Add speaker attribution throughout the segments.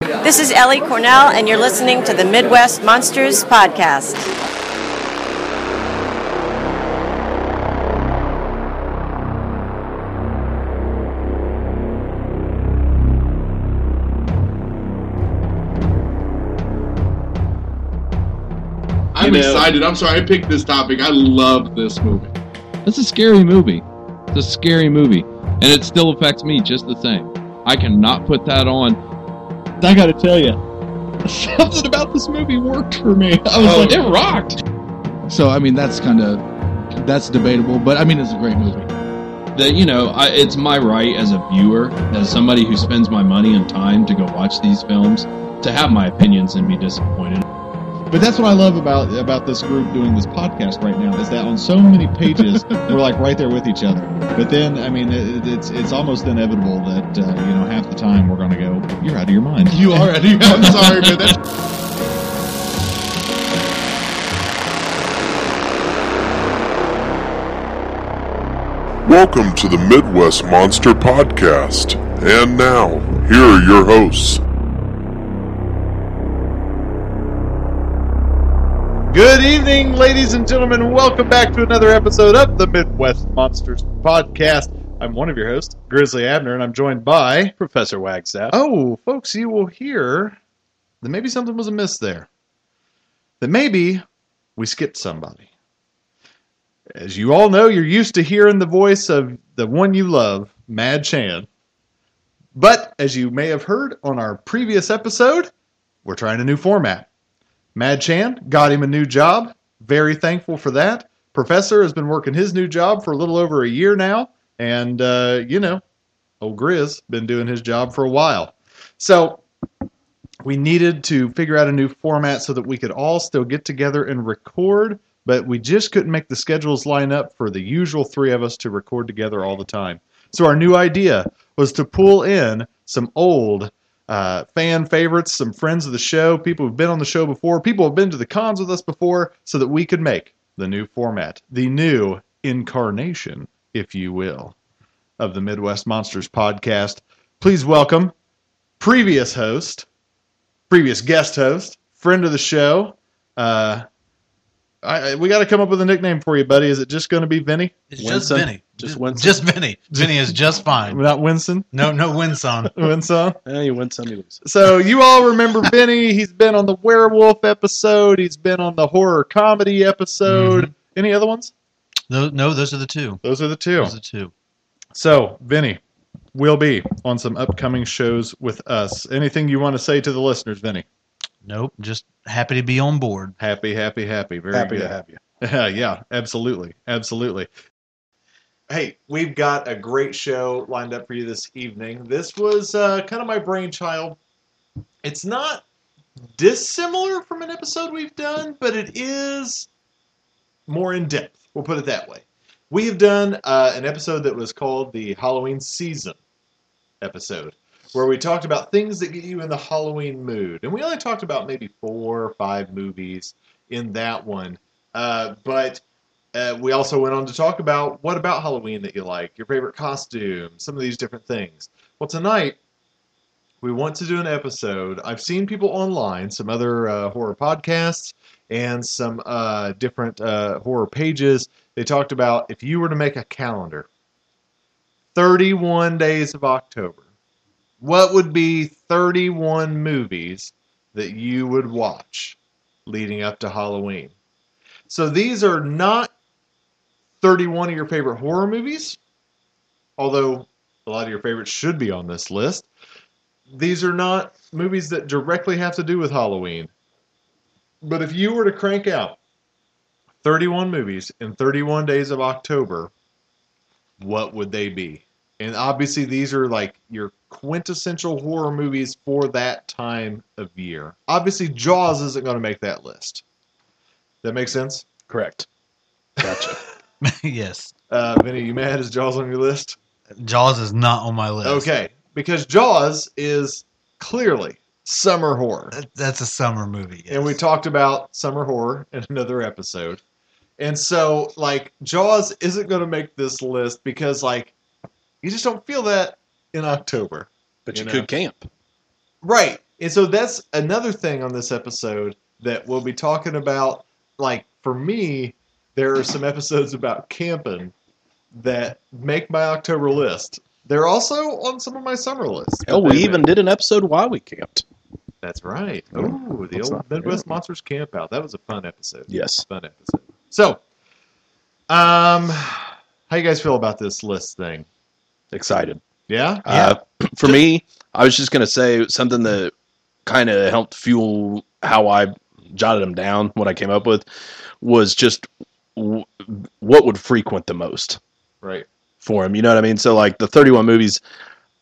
Speaker 1: This is Ellie Cornell, and you're listening to the Midwest Monsters Podcast.
Speaker 2: I'm
Speaker 3: You know-
Speaker 2: excited. I'm sorry I picked this topic. I love this movie.
Speaker 3: That's a scary movie. It's a scary movie. And it still affects me just the same. I cannot put that on. I gotta tell you, something about this movie worked for me. I was
Speaker 2: Oh,
Speaker 3: like,
Speaker 2: yeah.
Speaker 3: it rocked.
Speaker 4: So I mean, that's kind of that's debatable, but I mean, it's a great movie.
Speaker 3: That, you know, I, it's my right as a viewer, as somebody who spends my money and time to go watch these films, to have my opinions and be disappointed.
Speaker 5: But that's what I love about about this group doing this podcast right now is that on so many pages we're like right there with each other. But then, I mean, it, it's it's almost inevitable that uh, you know half the time we're going to go, "You're out of your mind."
Speaker 4: You are at
Speaker 2: I'm sorry, but that's
Speaker 6: Welcome to the Midwest Monster Podcast. And now, here are your hosts.
Speaker 5: Good evening, ladies and gentlemen. Welcome back to another episode of the Midwest Monsters Podcast. I'm one of your hosts, Grizzly Abner, and I'm joined by Professor Wagstaff. Oh, folks, you will hear that maybe something was amiss there. That maybe we skipped somebody. As you all know, you're used to hearing the voice of the one you love, Mad Chan. But as you may have heard on our previous episode, we're trying a new format. Mad Chan got him a new job. Very thankful for that. Professor has been working his new job for a little over a year now, and uh, you know, old Grizz been doing his job for a while. So we needed to figure out a new format so that we could all still get together and record, but we just couldn't make the schedules line up for the usual three of us to record together all the time. So our new idea was to pull in some old uh, fan favorites, some friends of the show, people who've been on the show before, people who've been to the cons with us before, so that we could make the new format, the new incarnation, if you will, of the Midwest Monsters podcast. Please welcome previous host, previous guest host, friend of the show. Uh, I, I- we got to come up with a nickname for you, buddy. Is it just going to be Vinny?
Speaker 7: It's
Speaker 2: Winston?
Speaker 7: just Vinny.
Speaker 2: Just Winston?
Speaker 7: Just Vinny. Vinny is just fine.
Speaker 5: Not Winston?
Speaker 7: No, no Winson.
Speaker 5: Winston?
Speaker 8: Yeah, you win some, you lose.
Speaker 5: So you all remember Benny? He's been on the werewolf episode. He's been on the horror comedy episode. Any other ones?
Speaker 7: No, no, those are the two.
Speaker 5: Those are the two.
Speaker 7: Those are the two.
Speaker 5: So Vinny will be on some upcoming shows with us. Anything you want to say to the listeners, Vinny?
Speaker 7: Nope. Just happy to be on board.
Speaker 5: Happy, happy, happy. Very
Speaker 8: Happy
Speaker 5: good.
Speaker 8: to have you.
Speaker 5: Yeah, yeah, absolutely. Absolutely. Hey, we've got a great show lined up for you this evening. This was uh, kind of my brainchild. It's not dissimilar from an episode we've done, but it is more in depth. We'll put it that way. We have done uh, an episode that was called the Halloween Season episode, where we talked about things that get you in the Halloween mood. And we only talked about maybe four or five movies in that one. Uh, but uh, we also went on to talk about what about Halloween that you like, your favorite costume, some of these different things. Well, tonight we want to do an episode. I've seen people online, some other uh, horror podcasts, and some uh, different uh, horror pages. They talked about if you were to make a calendar, 31 days of October, what would be 31 movies that you would watch leading up to Halloween? So these are not 31 of your favorite horror movies, although a lot of your favorites should be on this list. These are not movies that directly have to do with Halloween. But if you were to crank out 31 movies in 31 days of October, what would they be? And obviously, these are like your quintessential horror movies for that time of year. Obviously, Jaws isn't going to make that list. That makes sense?
Speaker 8: Correct. Gotcha.
Speaker 7: yes.
Speaker 5: Uh, Vinny, you mad? Is Jaws on your list?
Speaker 7: Jaws is not on my list.
Speaker 5: Okay, because Jaws is clearly summer horror,
Speaker 7: That, that's a summer movie. yes.
Speaker 5: and we talked about summer horror in another episode. And so, like, Jaws isn't going to make this list because, like, you just don't feel that in October,
Speaker 8: But
Speaker 5: You
Speaker 8: you,
Speaker 5: know.
Speaker 8: could camp.
Speaker 5: right? And so that's another thing on this episode that we'll be talking about. Like for me, there are some episodes about camping that make my October list. They're also on some of my summer lists.
Speaker 8: Hell, Oh, we
Speaker 5: They-
Speaker 8: even did an episode while we camped.
Speaker 5: That's right.
Speaker 8: Oh,
Speaker 5: Ooh, the
Speaker 8: that's
Speaker 5: old
Speaker 8: not fair.
Speaker 5: Midwest Monsters Camp Out. That was a fun episode.
Speaker 8: Yes.
Speaker 5: Fun episode. So, um, how you guys feel about this list thing?
Speaker 8: Excited.
Speaker 5: Yeah?
Speaker 8: Uh, for me, I was just going to say something that kind of helped fuel how I jotted them down, what I came up with, was just w- what would frequent the most
Speaker 5: Right.
Speaker 8: for him. You know what I mean? So, like the 31 movies,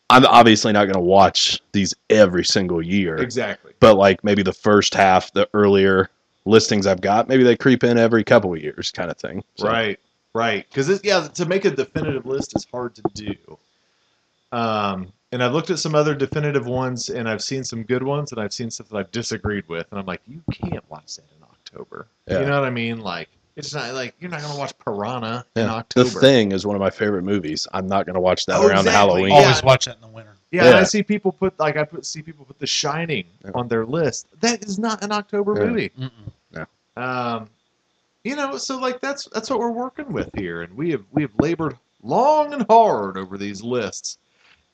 Speaker 8: I'm obviously not going to watch these every single year.
Speaker 5: Exactly.
Speaker 8: but like maybe the first half, the earlier listings I've got, maybe they creep in every couple of years, kind of thing. So,
Speaker 5: Right, right. Because yeah, to make a definitive list is hard to do. Um, and I've looked at some other definitive ones, and I've seen some good ones, and I've seen stuff that I've disagreed with, and I'm like, you can't watch that in October.
Speaker 8: Yeah.
Speaker 5: You know what I mean? Like, it's not like you're not gonna watch Piranha in
Speaker 8: yeah.
Speaker 5: October.
Speaker 8: The Thing is one of my favorite movies. I'm not going to watch that
Speaker 5: Oh,
Speaker 8: around
Speaker 5: exactly.
Speaker 8: Halloween.
Speaker 5: Oh,
Speaker 7: Always
Speaker 5: Yeah.
Speaker 7: watch that in the winter.
Speaker 5: Yeah, and I
Speaker 8: Yeah.
Speaker 5: see people put like I put see people put The Shining
Speaker 8: Yeah.
Speaker 5: on their list. That is not an October
Speaker 8: Yeah.
Speaker 5: movie.
Speaker 7: Mm-mm.
Speaker 5: Um, you know, so like that's that's what we're working with here, and we have we have labored long and hard over these lists.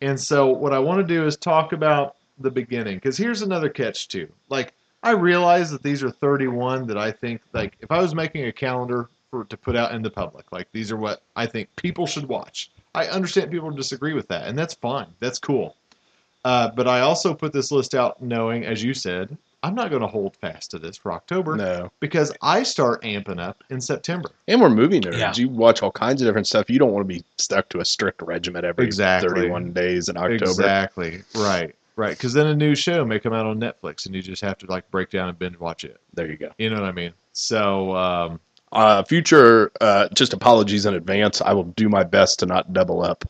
Speaker 5: And so what I want to do is talk about the beginning because here's another catch too. Like I realize that these are 31 that I think like if I was making a calendar for to put out in the public, like these are what I think people should watch. I understand people disagree with that, and that's fine. That's cool. Uh, but I also put this list out knowing, as you said, I'm not going to hold fast to this for October
Speaker 8: No.
Speaker 5: because I start amping up in September.
Speaker 8: And we're movie nerds.
Speaker 7: Yeah.
Speaker 8: You watch all kinds of different stuff. You don't want to be stuck to a strict regimen every
Speaker 5: Exactly.
Speaker 8: 31 days in October.
Speaker 5: Exactly. Right. Right. Because then a new show may come out on Netflix, and you just have to like break down and binge watch it.
Speaker 8: There you go.
Speaker 5: You know what I mean? So um,
Speaker 8: Uh, future, uh, just apologies in advance. I will do my best to not double up.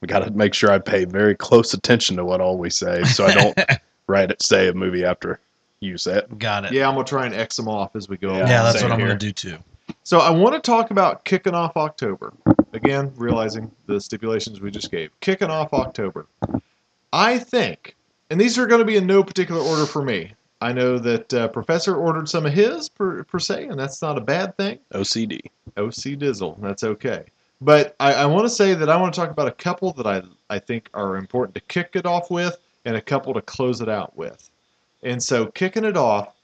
Speaker 8: We got to make sure I pay very close attention to what all we say so I don't write it, say a movie after you say it.
Speaker 7: Got it. Yeah,
Speaker 5: yeah, I'm gonna try and X them off as we go. along.
Speaker 8: Yeah,
Speaker 7: that's
Speaker 8: same
Speaker 7: what I'm
Speaker 8: here.
Speaker 7: going to do too.
Speaker 5: So I want to talk about kicking off October. Again, realizing the stipulations we just gave. Kicking off October. I think, and these are going to be in no particular order for me. I know that uh, Professor ordered some of his per, per se, and that's not a bad thing.
Speaker 8: OCD.
Speaker 5: OC Dizzle. That's okay. But I, I want to say that I want to talk about a couple that I, I think are important to kick it off with and a couple to close it out with. And so, kicking it off,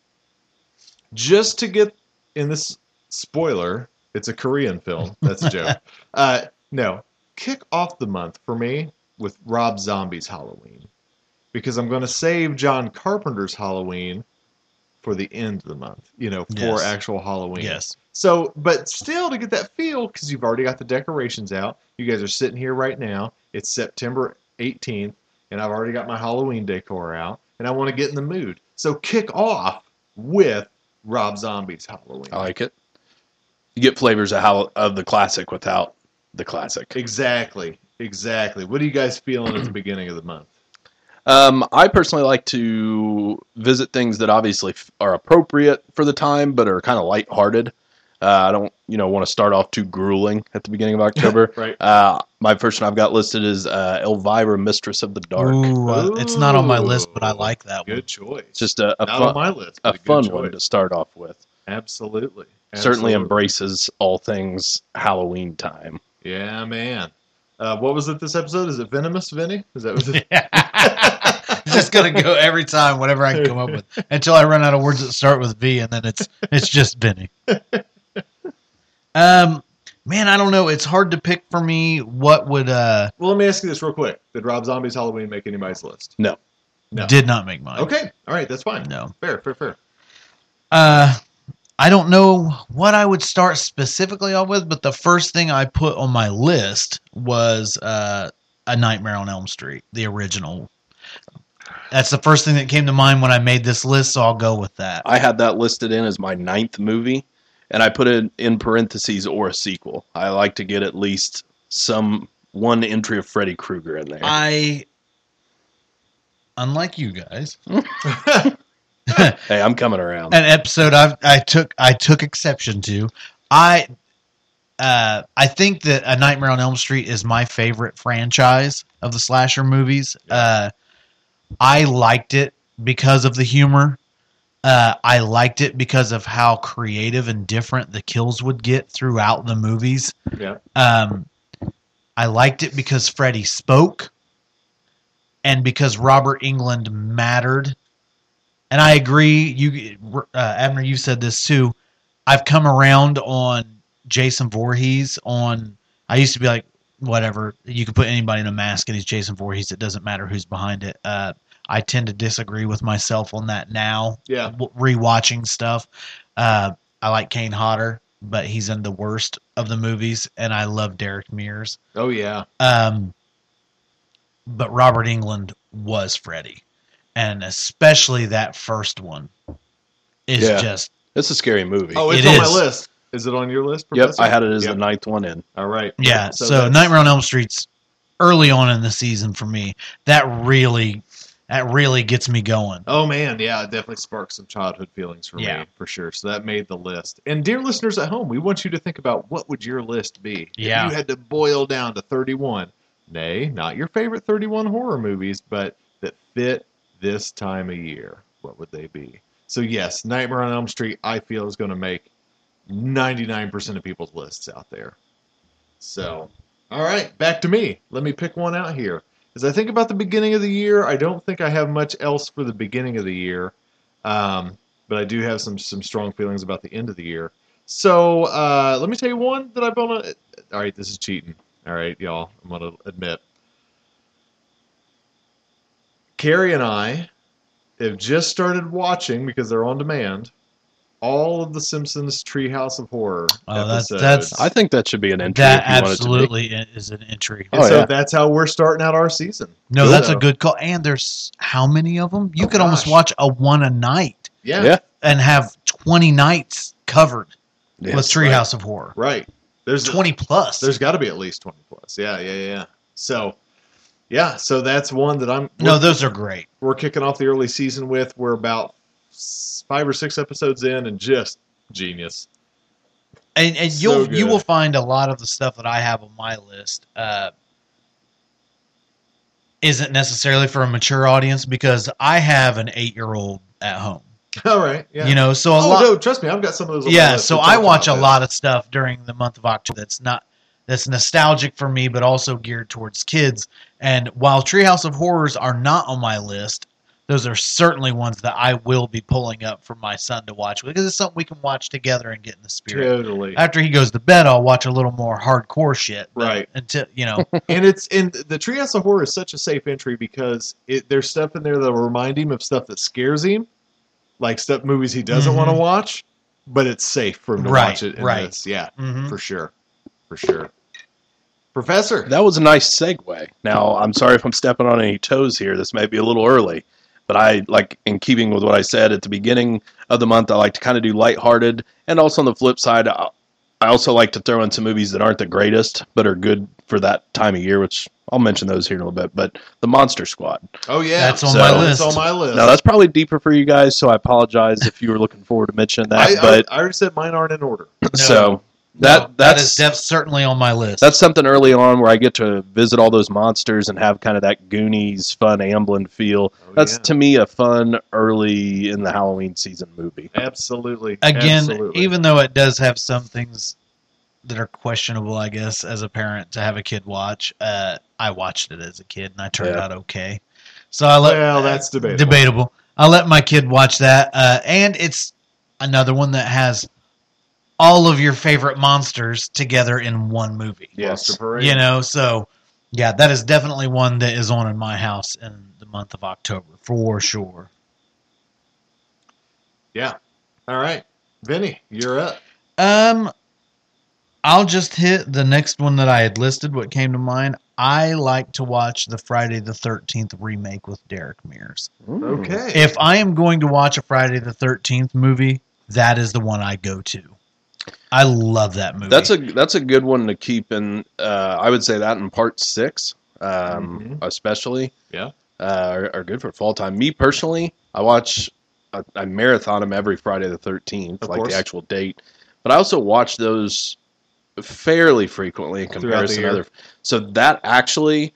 Speaker 5: just to get in this spoiler, it's a Korean film. That's a joke. uh, no, kick off the month for me with Rob Zombie's Halloween because I'm going to save John Carpenter's Halloween for the end of the month, you know, for
Speaker 7: Yes.
Speaker 5: actual Halloween.
Speaker 7: Yes.
Speaker 5: So, but still to get that feel, because you've already got the decorations out. You guys are sitting here right now. It's September 18th, and I've already got my Halloween decor out, and I want to get in the mood. So, kick off with Rob Zombie's Halloween.
Speaker 8: I like it. You get flavors of how of the classic without the classic.
Speaker 5: Exactly. Exactly. What are you guys feeling at the beginning of the month?
Speaker 8: Um, I personally like to visit things that obviously f- are appropriate for the time, but are kind of lighthearted. Uh, I don't, you know, want to start off too grueling at the beginning of October.
Speaker 5: Right.
Speaker 8: Uh, my first one I've got listed is uh, Elvira, Mistress of the Dark.
Speaker 7: Ooh, I- it's not on my
Speaker 5: Ooh.
Speaker 7: list, but I like that one.
Speaker 5: Good choice.
Speaker 8: It's just a, a
Speaker 5: Not on
Speaker 8: fun,
Speaker 5: my list. but
Speaker 8: a
Speaker 5: good
Speaker 8: fun
Speaker 5: choice.
Speaker 8: one to start off with.
Speaker 5: Absolutely. Absolutely.
Speaker 8: Certainly embraces all things Halloween time.
Speaker 5: Yeah, man. Uh, what was it this episode? Is it Venomous Vinny? Is that what it
Speaker 7: just gonna go every time, whatever I can come up with, until I run out of words that start with V, and then it's it's just Benny. Um, man, I don't know. It's hard to pick for me. What would uh
Speaker 5: Well, let me ask you this real quick. Did Rob Zombie's Halloween make anybody's list? No.
Speaker 7: did not make mine?
Speaker 5: Okay. All right. That's fine.
Speaker 7: no.
Speaker 5: Fair, fair, fair.
Speaker 7: Uh, I don't know what I would start specifically off with, but the first thing I put on my list was uh, A Nightmare on Elm Street, the original. That's the first thing that came to mind when I made this list, so I'll go with that.
Speaker 8: I had that listed in as my ninth movie, and I put it in parentheses or a sequel. I like to get at least some one entry of Freddy Krueger in there.
Speaker 7: Uh, I, unlike you guys,
Speaker 8: hey, I'm coming around.
Speaker 7: an episode I've, I took I took exception to. I uh, I think that A Nightmare on Elm Street is my favorite franchise of the slasher movies. Uh, I liked it because of the humor. Uh, I liked it because of how creative and different the kills would get throughout the movies.
Speaker 5: Yeah.
Speaker 7: Um, I liked it because Freddy spoke and because Robert England mattered. And I agree. You, uh, Abner, you said this too. I've come around on Jason Voorhees. On I used to be like, whatever. You can put anybody in a mask and he's Jason Voorhees. It doesn't matter who's behind it. Uh, I tend to disagree with myself on that now.
Speaker 5: Yeah.
Speaker 7: W- rewatching stuff. Uh, I like Kane Hodder, but he's in the worst of the movies, and I love Derek Mears.
Speaker 5: Oh yeah.
Speaker 7: Um, but Robert England was Freddy, and especially that first one is
Speaker 8: Yeah.
Speaker 7: just
Speaker 8: It's a scary movie.
Speaker 5: Oh, it's
Speaker 7: It
Speaker 5: on my
Speaker 7: is.
Speaker 5: list. Is it on your list?
Speaker 8: yep.
Speaker 5: Professor?
Speaker 8: I had it as the
Speaker 5: Yep.
Speaker 8: ninth one in.
Speaker 5: All right.
Speaker 7: yeah. So,
Speaker 5: that's-
Speaker 7: Nightmare on Elm Street's early on in the season for me. That really, that really gets me going.
Speaker 5: Oh man, yeah, it definitely sparked some childhood feelings for
Speaker 7: Yeah.
Speaker 5: me, for sure. So that made the list. And dear listeners at home, we want you to think about what would your list be?
Speaker 7: Yeah.
Speaker 5: If you had to boil down to 31. Nay, not your favorite 31 horror movies, but that fit this time of year. What would they be? So yes, Nightmare on Elm Street I feel is going to make 99% of people's lists out there. So, all right, back to me. Let me pick one out here. As I think about the beginning of the year, I don't think I have much else for the beginning of the year, um, but I do have some some strong feelings about the end of the year. So uh, let me tell you one that I've been. on- All right, this is cheating. All right, y'all, I'm gonna admit. Carrie and I have just started watching because they're on demand. All of the Simpsons Treehouse of Horror.
Speaker 7: Oh, that's-
Speaker 5: episodes.
Speaker 7: that's-
Speaker 8: I think that should be an entry.
Speaker 7: That
Speaker 8: if you want it to be.
Speaker 7: absolutely i- is an entry.
Speaker 5: And
Speaker 8: Oh,
Speaker 5: so
Speaker 8: yeah.
Speaker 5: that's how we're starting out our season.
Speaker 7: No, that's a
Speaker 5: So-
Speaker 7: good call. And there's how many of them? You
Speaker 5: Oh,
Speaker 7: could almost
Speaker 5: gosh.
Speaker 7: watch a one a night
Speaker 5: Yeah.
Speaker 8: Yeah.
Speaker 7: and have 20 nights covered
Speaker 8: Yeah.
Speaker 7: with Treehouse of Horror.
Speaker 5: Right. There's
Speaker 7: 20 plus.
Speaker 5: There's got to be at least 20 plus. Yeah, yeah, yeah, yeah. So, yeah, so that's one that I'm
Speaker 7: no,
Speaker 5: we're,
Speaker 7: those are great.
Speaker 5: we're kicking off the early season with. We're about s- five or six episodes in and just genius.
Speaker 7: And and
Speaker 5: So
Speaker 7: you'll you
Speaker 5: good.
Speaker 7: will find a lot of the stuff that I have on my list uh, isn't necessarily for a mature audience because I have an 8-year-old at home.
Speaker 5: All right. Yeah.
Speaker 7: You know, so a
Speaker 5: oh,
Speaker 7: lot
Speaker 5: no, trust me. I've got some of those. on my
Speaker 7: yeah
Speaker 5: list.
Speaker 7: so
Speaker 5: We
Speaker 7: i
Speaker 5: talked
Speaker 7: watch a
Speaker 5: about
Speaker 7: lot of stuff during the month of october that's not that's nostalgic for me but also geared towards kids and while treehouse of horrors are not on my list those are certainly ones that i will be pulling up for my son to watch because it's something we can watch together and get in the
Speaker 5: that.
Speaker 7: spirit
Speaker 5: Totally.
Speaker 7: after he goes to bed i'll watch a little more hardcore shit but
Speaker 5: Right.
Speaker 7: until you know
Speaker 5: and it's and the Treehouse of Horror is such a safe entry because it, there's stuff in there that'll remind him of stuff that scares him, like stuff movies he doesn't want to watch, but it's safe for him to
Speaker 7: Mm-hmm. Right,
Speaker 5: watch it. In
Speaker 7: right.
Speaker 5: This. Yeah.
Speaker 7: mhm.
Speaker 5: for sure, for sure. Professor,
Speaker 8: That was a nice segue. Now, I'm sorry if I'm stepping on any toes here. This may be a little early, but I like, in keeping with what I said at the beginning of the month, I like to kind of do lighthearted. And also on the flip side, I I also like to throw in some movies that aren't the greatest, but are good for that time of year, which I'll mention those here in a little bit. But The Monster Squad.
Speaker 5: oh yeah,
Speaker 7: that's on
Speaker 8: So-
Speaker 7: my
Speaker 5: That's
Speaker 7: list
Speaker 5: on my list.
Speaker 8: Now, that's probably deeper for you guys, so I apologize if you were looking forward to mentioning that.
Speaker 5: I, I-
Speaker 8: but
Speaker 5: I, already said mine aren't in order. Oh,
Speaker 8: so that,
Speaker 7: No, that
Speaker 8: that's
Speaker 7: is def- certainly on my list
Speaker 8: that's something early on where I get to visit all those monsters and have kind of that Goonies fun Amblin feel.
Speaker 5: Oh,
Speaker 8: That's
Speaker 5: yeah.
Speaker 8: to me a fun early in the Halloween season movie.
Speaker 5: absolutely
Speaker 7: again
Speaker 5: absolutely.
Speaker 7: even though it does have some things that are questionable i guess as a parent to have a kid watch uh, i watched it as a kid and i turned
Speaker 8: Yeah.
Speaker 7: out okay so i let
Speaker 5: well, that's
Speaker 7: debatable.
Speaker 5: debatable.
Speaker 7: i let my kid watch that uh, and it's another one that has all of your favorite monsters together in one movie
Speaker 5: Monster Parade.
Speaker 7: you know so yeah that is definitely one that is on in my house in the month of october for sure
Speaker 5: All right, Vinny, you're up.
Speaker 7: Um, I'll just hit the next one that I had listed. What came to mind? I like to watch the Friday the Thirteenth remake with Derek Mears.
Speaker 5: Okay.
Speaker 7: If I am going to watch a Friday the Thirteenth movie, that is the one I go to. I love that movie.
Speaker 8: That's a that's a good one to keep in. Uh, I would say that in part six, um,
Speaker 5: Mhm.
Speaker 8: especially.
Speaker 5: Yeah.
Speaker 8: uh, are, are good for fall time. Me personally, I watch I, I marathon them every Friday the thirteenth,
Speaker 5: Of
Speaker 8: like
Speaker 5: course.
Speaker 8: the actual date. But I also watch those fairly frequently in
Speaker 5: the
Speaker 8: comparison to
Speaker 5: year.
Speaker 8: other. So that actually.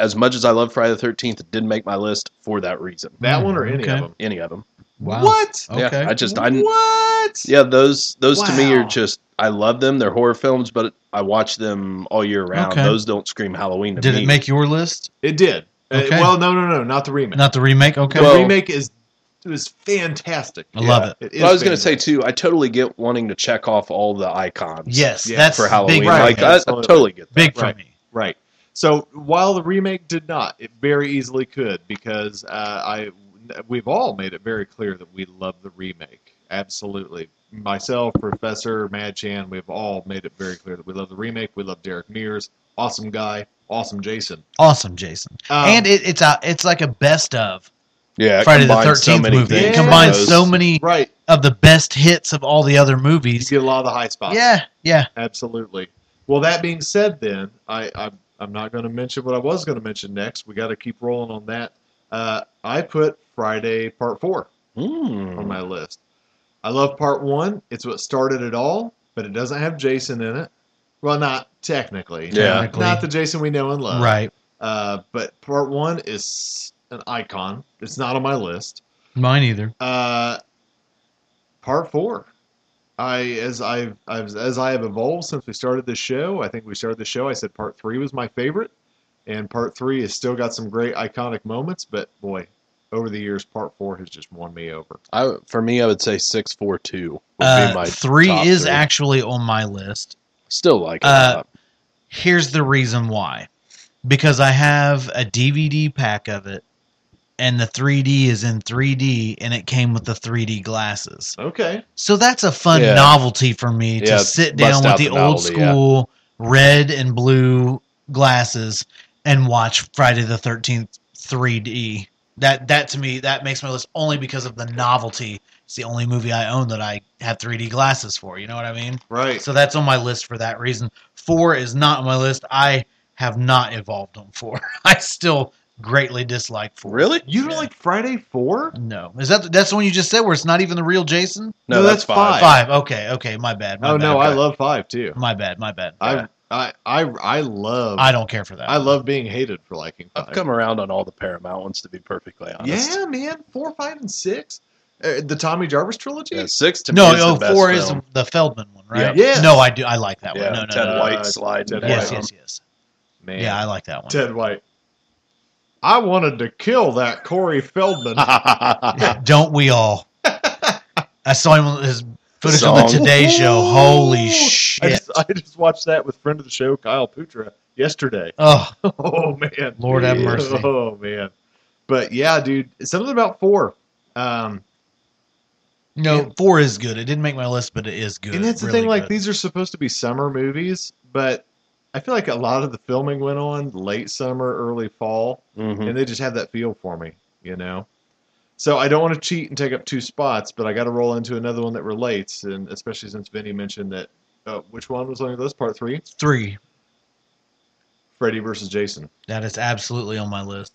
Speaker 8: as much as I love Friday the Thirteenth, it didn't make my list for that reason.
Speaker 5: That one or any
Speaker 7: Mm, Okay.
Speaker 5: of them?
Speaker 8: Any of them?
Speaker 7: Wow.
Speaker 5: What?
Speaker 7: Okay.
Speaker 8: Yeah, I just I
Speaker 5: what?
Speaker 8: yeah those those to me are
Speaker 5: Wow.
Speaker 8: just I love them. They're horror films, but I watch them all year round.
Speaker 7: Okay.
Speaker 8: Those don't scream Halloween to
Speaker 7: Did
Speaker 8: me.
Speaker 7: it make your list?
Speaker 5: It did. Uh,
Speaker 7: Okay.
Speaker 5: well, no, no, no, not the remake.
Speaker 7: Not the remake. Okay.
Speaker 5: the
Speaker 8: Well-
Speaker 5: remake is is fantastic.
Speaker 7: I love it.
Speaker 5: is
Speaker 8: Well, I was going to say
Speaker 5: fantastic.
Speaker 8: too. I totally get wanting to check off all the icons.
Speaker 7: yes,
Speaker 5: Yeah,
Speaker 7: that's
Speaker 8: for Halloween,
Speaker 7: big.
Speaker 8: like
Speaker 7: for me.
Speaker 8: I, I
Speaker 5: Absolutely.
Speaker 8: totally get that.
Speaker 7: big for
Speaker 5: right.
Speaker 7: me.
Speaker 5: right. So while the remake did not, it very easily could because uh, I we've all made it very clear that we love the remake. Absolutely, myself, Professor Mad Chan, we've all made it very clear that we love the remake. We love Derek Mears, awesome guy, awesome Jason,
Speaker 7: Awesome, Jason.
Speaker 5: Um,
Speaker 7: and it, it's a, it's like a best of
Speaker 8: Yeah, it
Speaker 7: Friday the
Speaker 8: combines so
Speaker 7: Thirteenth
Speaker 8: many
Speaker 7: movie. It
Speaker 8: things.
Speaker 5: Yeah.
Speaker 7: combines
Speaker 8: Those-
Speaker 7: so many
Speaker 5: right.
Speaker 7: of the best hits of all the other
Speaker 5: You
Speaker 7: movies.
Speaker 5: get a lot of the high spots.
Speaker 7: Yeah, yeah.
Speaker 5: Absolutely. Well, that being said, then I, I I'm not going to mention what I was going to mention next. We got to keep rolling on that. Uh, I put Friday Part Four on
Speaker 8: Mm.
Speaker 5: my list. I love Part One. It's what started it all, but it doesn't have Jason in it. Well, not technically.
Speaker 8: Yeah.
Speaker 7: Technically.
Speaker 5: Not the Jason we know and love.
Speaker 7: Right.
Speaker 5: Uh, but Part One is an icon. It's not on my list.
Speaker 7: Mine either.
Speaker 5: Uh, part four. I as I've, I've as I have evolved since we started this show. I think we started the show. I said part three was my favorite, and part three has still got some great iconic moments. But boy, over the years, part four has just won me over.
Speaker 8: I, for me, I would say six four two. Would be
Speaker 7: Uh,
Speaker 8: my
Speaker 7: three
Speaker 8: top
Speaker 7: is
Speaker 8: three.
Speaker 7: actually on my list.
Speaker 8: still like it.
Speaker 7: Uh, Here's the reason why. Because I have a DVD pack of it and the 3D is in 3D and it came with the 3D glasses.
Speaker 5: Okay,
Speaker 7: So that's a fun
Speaker 8: Yeah.
Speaker 7: novelty for me to
Speaker 8: Yeah,
Speaker 7: sit
Speaker 8: bust
Speaker 7: down
Speaker 8: out
Speaker 7: with the,
Speaker 8: the
Speaker 7: old
Speaker 8: novelty, yeah.
Speaker 7: school red and blue glasses and watch Friday the 13th 3D. That that to me that makes my list only because of the novelty. It's the only movie I own that I have 3D glasses for, you know what I mean?
Speaker 5: right.
Speaker 7: So that's on my list for that reason. 4 is not on my list. I have not evolved on 4. I still greatly dislike 4.
Speaker 8: really?
Speaker 5: You don't
Speaker 7: Yeah.
Speaker 5: like Friday four?
Speaker 7: No. Is that that's the one you just said where it's not even the real Jason?
Speaker 8: No,
Speaker 5: No, that's
Speaker 8: that's, five.
Speaker 5: five.
Speaker 7: 5. Okay, okay, my bad. my
Speaker 5: Oh
Speaker 7: bad.
Speaker 5: no, I
Speaker 8: okay.
Speaker 5: love five too.
Speaker 7: My bad, my bad.
Speaker 8: Yeah.
Speaker 5: I I I I love
Speaker 7: I don't care for that.
Speaker 5: I love being hated for liking five.
Speaker 8: I've come around on all the Paramount ones, to be perfectly honest.
Speaker 5: yeah, man. Four, five, and six. Uh, the Tommy Jarvis trilogy.
Speaker 8: Yeah, six to
Speaker 7: no,
Speaker 8: me is
Speaker 7: no,
Speaker 8: the best
Speaker 7: four
Speaker 8: film.
Speaker 7: is the Feldman one, right?
Speaker 5: Yeah. Yes.
Speaker 7: No, I do. I like that
Speaker 8: yeah,
Speaker 7: one. No, no,
Speaker 8: Ted
Speaker 7: no.
Speaker 8: White
Speaker 5: Uh,
Speaker 8: slide.
Speaker 5: Ted
Speaker 7: Yes,
Speaker 5: White.
Speaker 7: yes, yes.
Speaker 5: Man.
Speaker 7: Yeah, I like that one.
Speaker 5: Ted White. I wanted to kill that Corey Feldman.
Speaker 8: yes.
Speaker 7: Don't we all? I saw him on his footage on the
Speaker 8: Song.
Speaker 7: Today Show. Holy
Speaker 5: I,
Speaker 7: shit!
Speaker 5: just, I just watched that with friend of the show Kyle Putra yesterday.
Speaker 7: Oh,
Speaker 5: Oh man,
Speaker 7: Lord have mercy.
Speaker 5: Oh man, but yeah, dude, something about four. Um,
Speaker 7: no, four is good. It didn't make my list, but it is good.
Speaker 5: and that's the
Speaker 7: Really
Speaker 5: thing. Like
Speaker 7: good.
Speaker 5: these are supposed to be summer movies, but I feel like a lot of the filming went on late summer, early fall.
Speaker 8: Mhm.
Speaker 7: Hmm.
Speaker 5: and they just have that feel for me, you know. So I don't want to cheat and take up two spots, but I got to roll into another one that relates, and especially since Vinny mentioned that. Uh, which one was on your list? Part three,
Speaker 7: three.
Speaker 5: Freddy versus Jason.
Speaker 7: That is absolutely on my list.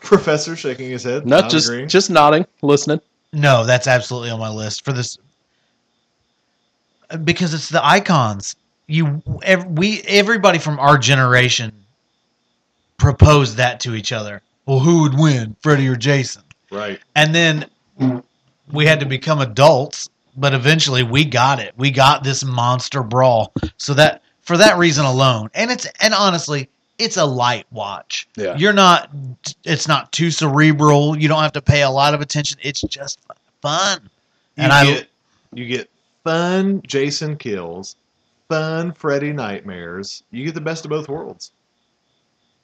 Speaker 5: Professor shaking his head.
Speaker 8: Not just
Speaker 5: agreeing.
Speaker 8: just nodding, listening.
Speaker 7: No, that's absolutely on my list for this because it's the icons. You ev- we everybody from our generation proposed that to each other. Well, who would win, Freddie or Jason?
Speaker 5: right.
Speaker 7: And then we had to become adults, but eventually we got it. We got this monster brawl. So that for that reason alone, and it's and honestly, it's a light watch.
Speaker 8: Yeah.
Speaker 7: You're not it's not too cerebral. You don't have to pay a lot of attention. It's just fun.
Speaker 5: You
Speaker 7: and I
Speaker 5: get, you get fun Jason kills, fun Freddy nightmares. You get the best of both worlds.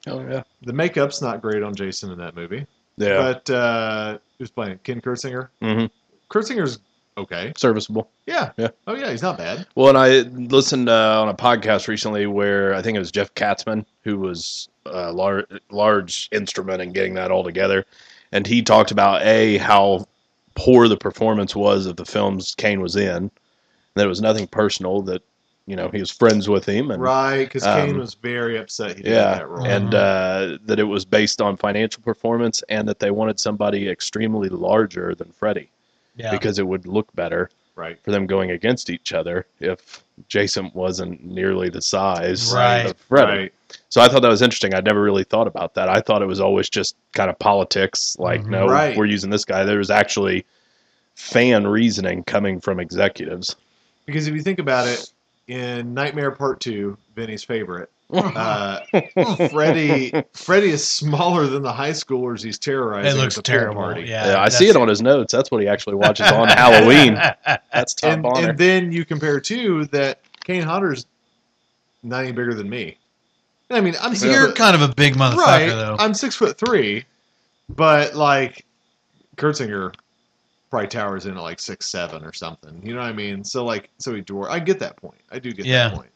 Speaker 8: Oh yeah.
Speaker 5: The makeup's not great on Jason in that movie,
Speaker 8: Yeah.
Speaker 5: but uh, who's playing it? Ken Kurtzinger?
Speaker 8: Mhm.
Speaker 5: Kurtzinger's okay.
Speaker 8: Serviceable.
Speaker 5: Yeah.
Speaker 8: Yeah.
Speaker 5: Oh yeah, he's not bad.
Speaker 8: Well, and I listened uh, on a podcast recently where I think it was Jeff Katzman who was a lar- large instrument in getting that all together, and he talked about a how poor the performance was of the films Kane was in, that it was nothing personal that you know he was friends with him and
Speaker 5: Right, because Kane
Speaker 8: um,
Speaker 5: was very upset he did
Speaker 8: yeah,
Speaker 5: that role.
Speaker 8: and
Speaker 7: Mm-hmm.
Speaker 8: uh, that it was based on financial performance and that they wanted somebody extremely larger than Freddie
Speaker 7: yeah.
Speaker 8: because it would look better.
Speaker 5: Right.
Speaker 8: for them going against each other if Jason wasn't nearly the size
Speaker 7: Right.
Speaker 8: of Freddy. So I thought that was interesting. I'd never really thought about that. I thought it was always just kind of politics, like,
Speaker 7: Mm-hmm.
Speaker 8: no,
Speaker 5: Right.
Speaker 8: we're using this guy. There was actually fan reasoning coming from executives.
Speaker 5: Because if you think about it, in Nightmare Part Two, Vinny's favorite, uh, Freddy Freddy is smaller than the high schoolers he's terrorizing.
Speaker 7: It looks
Speaker 5: at the pool
Speaker 7: terrible.
Speaker 5: Party.
Speaker 7: Yeah,
Speaker 8: Yeah, I see it on his notes. That's what he actually watches on Halloween. That's top
Speaker 5: And,
Speaker 8: honor.
Speaker 5: and then you compare too that Kane Hunter's not any bigger than me. I mean, I'm six
Speaker 7: You're
Speaker 5: foot-
Speaker 7: kind of a big motherfucker,
Speaker 5: right.
Speaker 7: though.
Speaker 5: I'm six foot three, but like Kurtzinger probably towers in at like six seven or something. You know what I mean? So like, so he dwarf. I get that point. I do get
Speaker 7: Yeah.
Speaker 5: that point.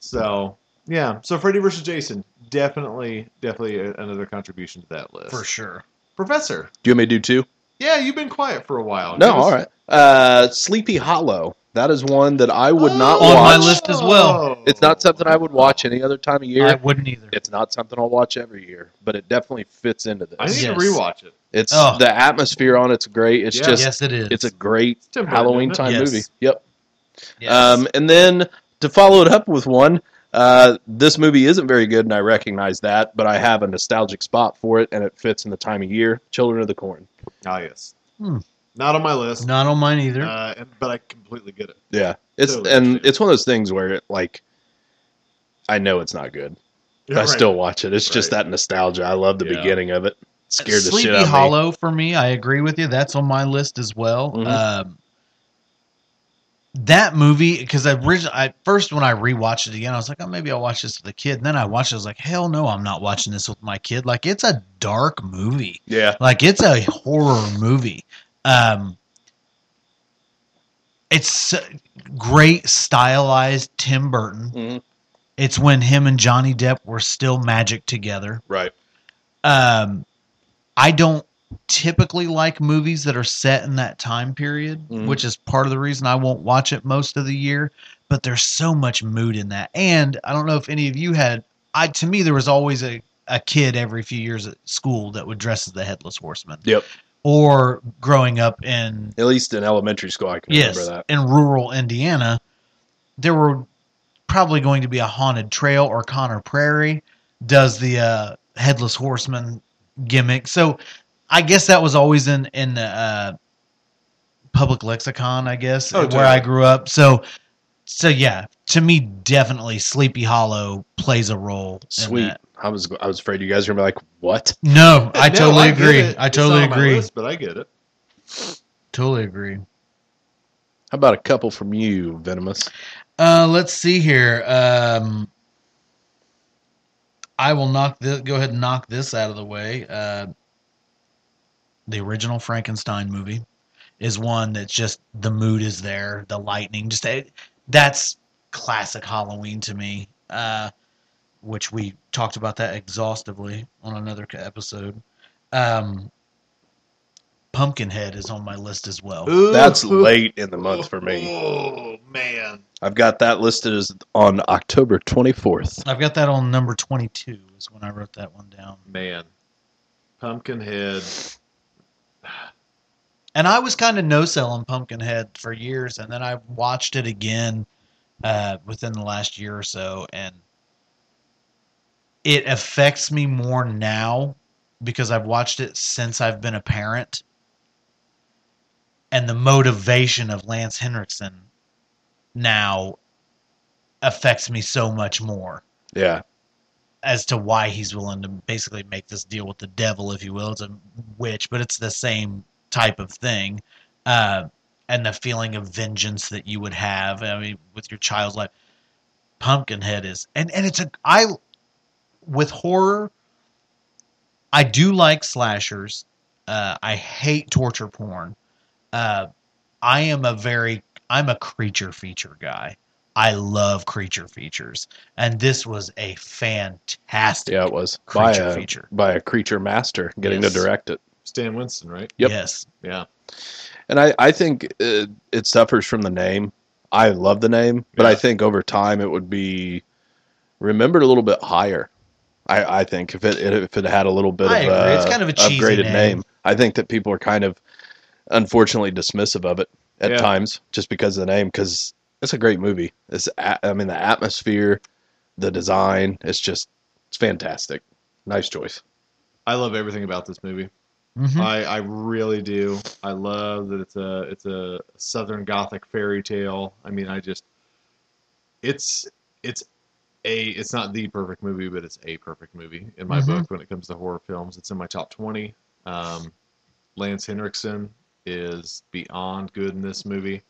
Speaker 5: So yeah, so Freddy versus Jason definitely, definitely a- another contribution to that list
Speaker 7: for sure.
Speaker 5: Professor,
Speaker 8: do you want me to do two?
Speaker 5: yeah, you've been quiet for a while.
Speaker 8: No,
Speaker 5: Give us-
Speaker 8: all right. Uh, Sleepy Hollow. That is one that I would not
Speaker 5: Oh!
Speaker 7: On my
Speaker 8: watch.
Speaker 7: list as well.
Speaker 8: It's not something I would watch any other time of year.
Speaker 7: I wouldn't either.
Speaker 8: It's not something I'll watch every year, but it definitely fits into
Speaker 5: I
Speaker 8: this.
Speaker 5: need
Speaker 7: Yes.
Speaker 5: to rewatch it.
Speaker 8: It's
Speaker 7: Oh.
Speaker 8: the atmosphere on it's great. It's
Speaker 5: Yeah.
Speaker 8: just
Speaker 7: Yes, it is.
Speaker 8: it's a great
Speaker 5: Tim Burton,
Speaker 8: Halloween
Speaker 5: isn't
Speaker 8: time
Speaker 7: Yes.
Speaker 8: movie. Yep.
Speaker 7: Yes.
Speaker 8: Um, and then to follow it up with one, uh, this movie isn't very good, and I recognize that, but I have a nostalgic spot for it, and it fits in the time of year. Children of the Corn.
Speaker 5: it? Ah, yes.
Speaker 7: Hmm.
Speaker 5: Not on my list.
Speaker 7: not on mine either.
Speaker 5: Uh, and- but I completely get it.
Speaker 8: Yeah, it's
Speaker 5: Totally
Speaker 8: and
Speaker 5: understand.
Speaker 8: it's one of those things where it, like I know it's not good. I
Speaker 5: Right.
Speaker 8: still watch it. It's just
Speaker 5: Right.
Speaker 8: that nostalgia. I love the
Speaker 5: Yeah.
Speaker 8: beginning of it. Scared the
Speaker 7: Sleepy
Speaker 8: shit out of me.
Speaker 7: Hollow for me. I agree with you. That's on my list as well.
Speaker 8: Mhm.
Speaker 7: Um, that movie, because I originally, I first when I rewatched it again, I was like, oh, maybe I'll watch this with the kid. And then I watched it, I was like, hell no, I'm not watching this with my kid. Like, it's a dark movie.
Speaker 8: Yeah,
Speaker 7: Like, it's a horror movie. Um, it's s- great, stylized Tim Burton.
Speaker 8: Mhm.
Speaker 7: It's when him and Johnny Depp were still magic together
Speaker 8: right.
Speaker 7: um i don't typically like movies that are set in that time period
Speaker 8: Mhm.
Speaker 7: which is part of the reason i won't watch it most of the year but there's so much mood in that and i don't know if any of you had i to me there was always a, a kid every few years at school that would dress as the headless horseman
Speaker 8: Yep.
Speaker 7: or growing up in
Speaker 8: At least in elementary school, I can
Speaker 7: yes,
Speaker 8: remember that.
Speaker 7: in rural Indiana, there were probably going to be a haunted trail or Connor Prairie does the uh, headless horseman gimmick. So I guess that was always in in the uh, public lexicon, I guess,
Speaker 5: Oh,
Speaker 7: where
Speaker 5: totally.
Speaker 7: I grew up. So so yeah, to me, definitely Sleepy Hollow plays a role. in
Speaker 8: Sweet.
Speaker 7: that.
Speaker 8: I was I was afraid you guys were gonna be like, what?
Speaker 7: No, I
Speaker 5: No,
Speaker 7: totally
Speaker 5: get
Speaker 7: agree.
Speaker 5: it.
Speaker 7: I
Speaker 5: It's
Speaker 7: totally
Speaker 5: not on my
Speaker 7: agree.
Speaker 5: list, but I get it.
Speaker 7: Totally agree.
Speaker 8: How about a couple from you, Venomous?
Speaker 7: Uh, let's see here. Um, I will knock this. Go ahead and knock this out of the way. Uh, the original Frankenstein movie is one that's just the mood is there, the lightning. Just eh, that's classic Halloween to me. Uh, which we talked about that exhaustively on another ca- episode. Um, Pumpkinhead is on my list as well.
Speaker 8: That's
Speaker 5: Ooh.
Speaker 8: late in the month for me.
Speaker 5: Oh man,
Speaker 8: I've got that listed as on October twenty fourth.
Speaker 7: I've got that on number twenty-two. Is when I wrote that one down.
Speaker 5: man, Pumpkinhead.
Speaker 7: And I was kind of no selling Pumpkinhead for years, and then I watched it again uh, within the last year or so, and it affects me more now because I've watched it since I've been a parent. And the motivation of Lance Henriksen now affects me so much more
Speaker 8: Yeah.
Speaker 7: as to why he's willing to basically make this deal with the devil, if you will. It's a witch, but it's the same type of thing. Uh, and the feeling of vengeance that you would have, I mean, with your child's life. Pumpkinhead is, and, and it's a, I, with horror, I do like slashers. Uh, I hate torture porn. Uh, I am a very, I'm a creature feature guy. I love creature features. And this was a fantastic
Speaker 8: Yeah, it was. By
Speaker 7: creature
Speaker 8: a,
Speaker 7: feature.
Speaker 8: by a creature master getting
Speaker 7: Yes.
Speaker 8: to direct it.
Speaker 5: Stan Winston, right?
Speaker 8: Yep.
Speaker 7: Yes.
Speaker 5: Yeah.
Speaker 8: And I, I think it, it suffers from the name. I love the name, but I
Speaker 5: Yeah.
Speaker 8: think over time it would be remembered a little bit higher. I, I think if it if it had a little bit
Speaker 7: I
Speaker 8: of
Speaker 7: agree.
Speaker 8: a
Speaker 7: It's kind of a cheesy
Speaker 8: upgraded
Speaker 7: name.
Speaker 8: name, I think that people are kind of unfortunately dismissive of it. at
Speaker 5: Yeah.
Speaker 8: times just because of the name because it's a great movie. It's a- I mean the atmosphere, the design, it's just it's fantastic. Nice choice.
Speaker 5: I love everything about this movie.
Speaker 7: Mhm.
Speaker 5: I, I really do. I love that it's a it's a Southern Gothic fairy tale. I mean, I just it's it's a it's not the perfect movie, but it's a perfect movie in my
Speaker 7: Mhm.
Speaker 5: book when it comes to horror films. It's in my top twenty. Um, Lance Henriksen is beyond good in this movie.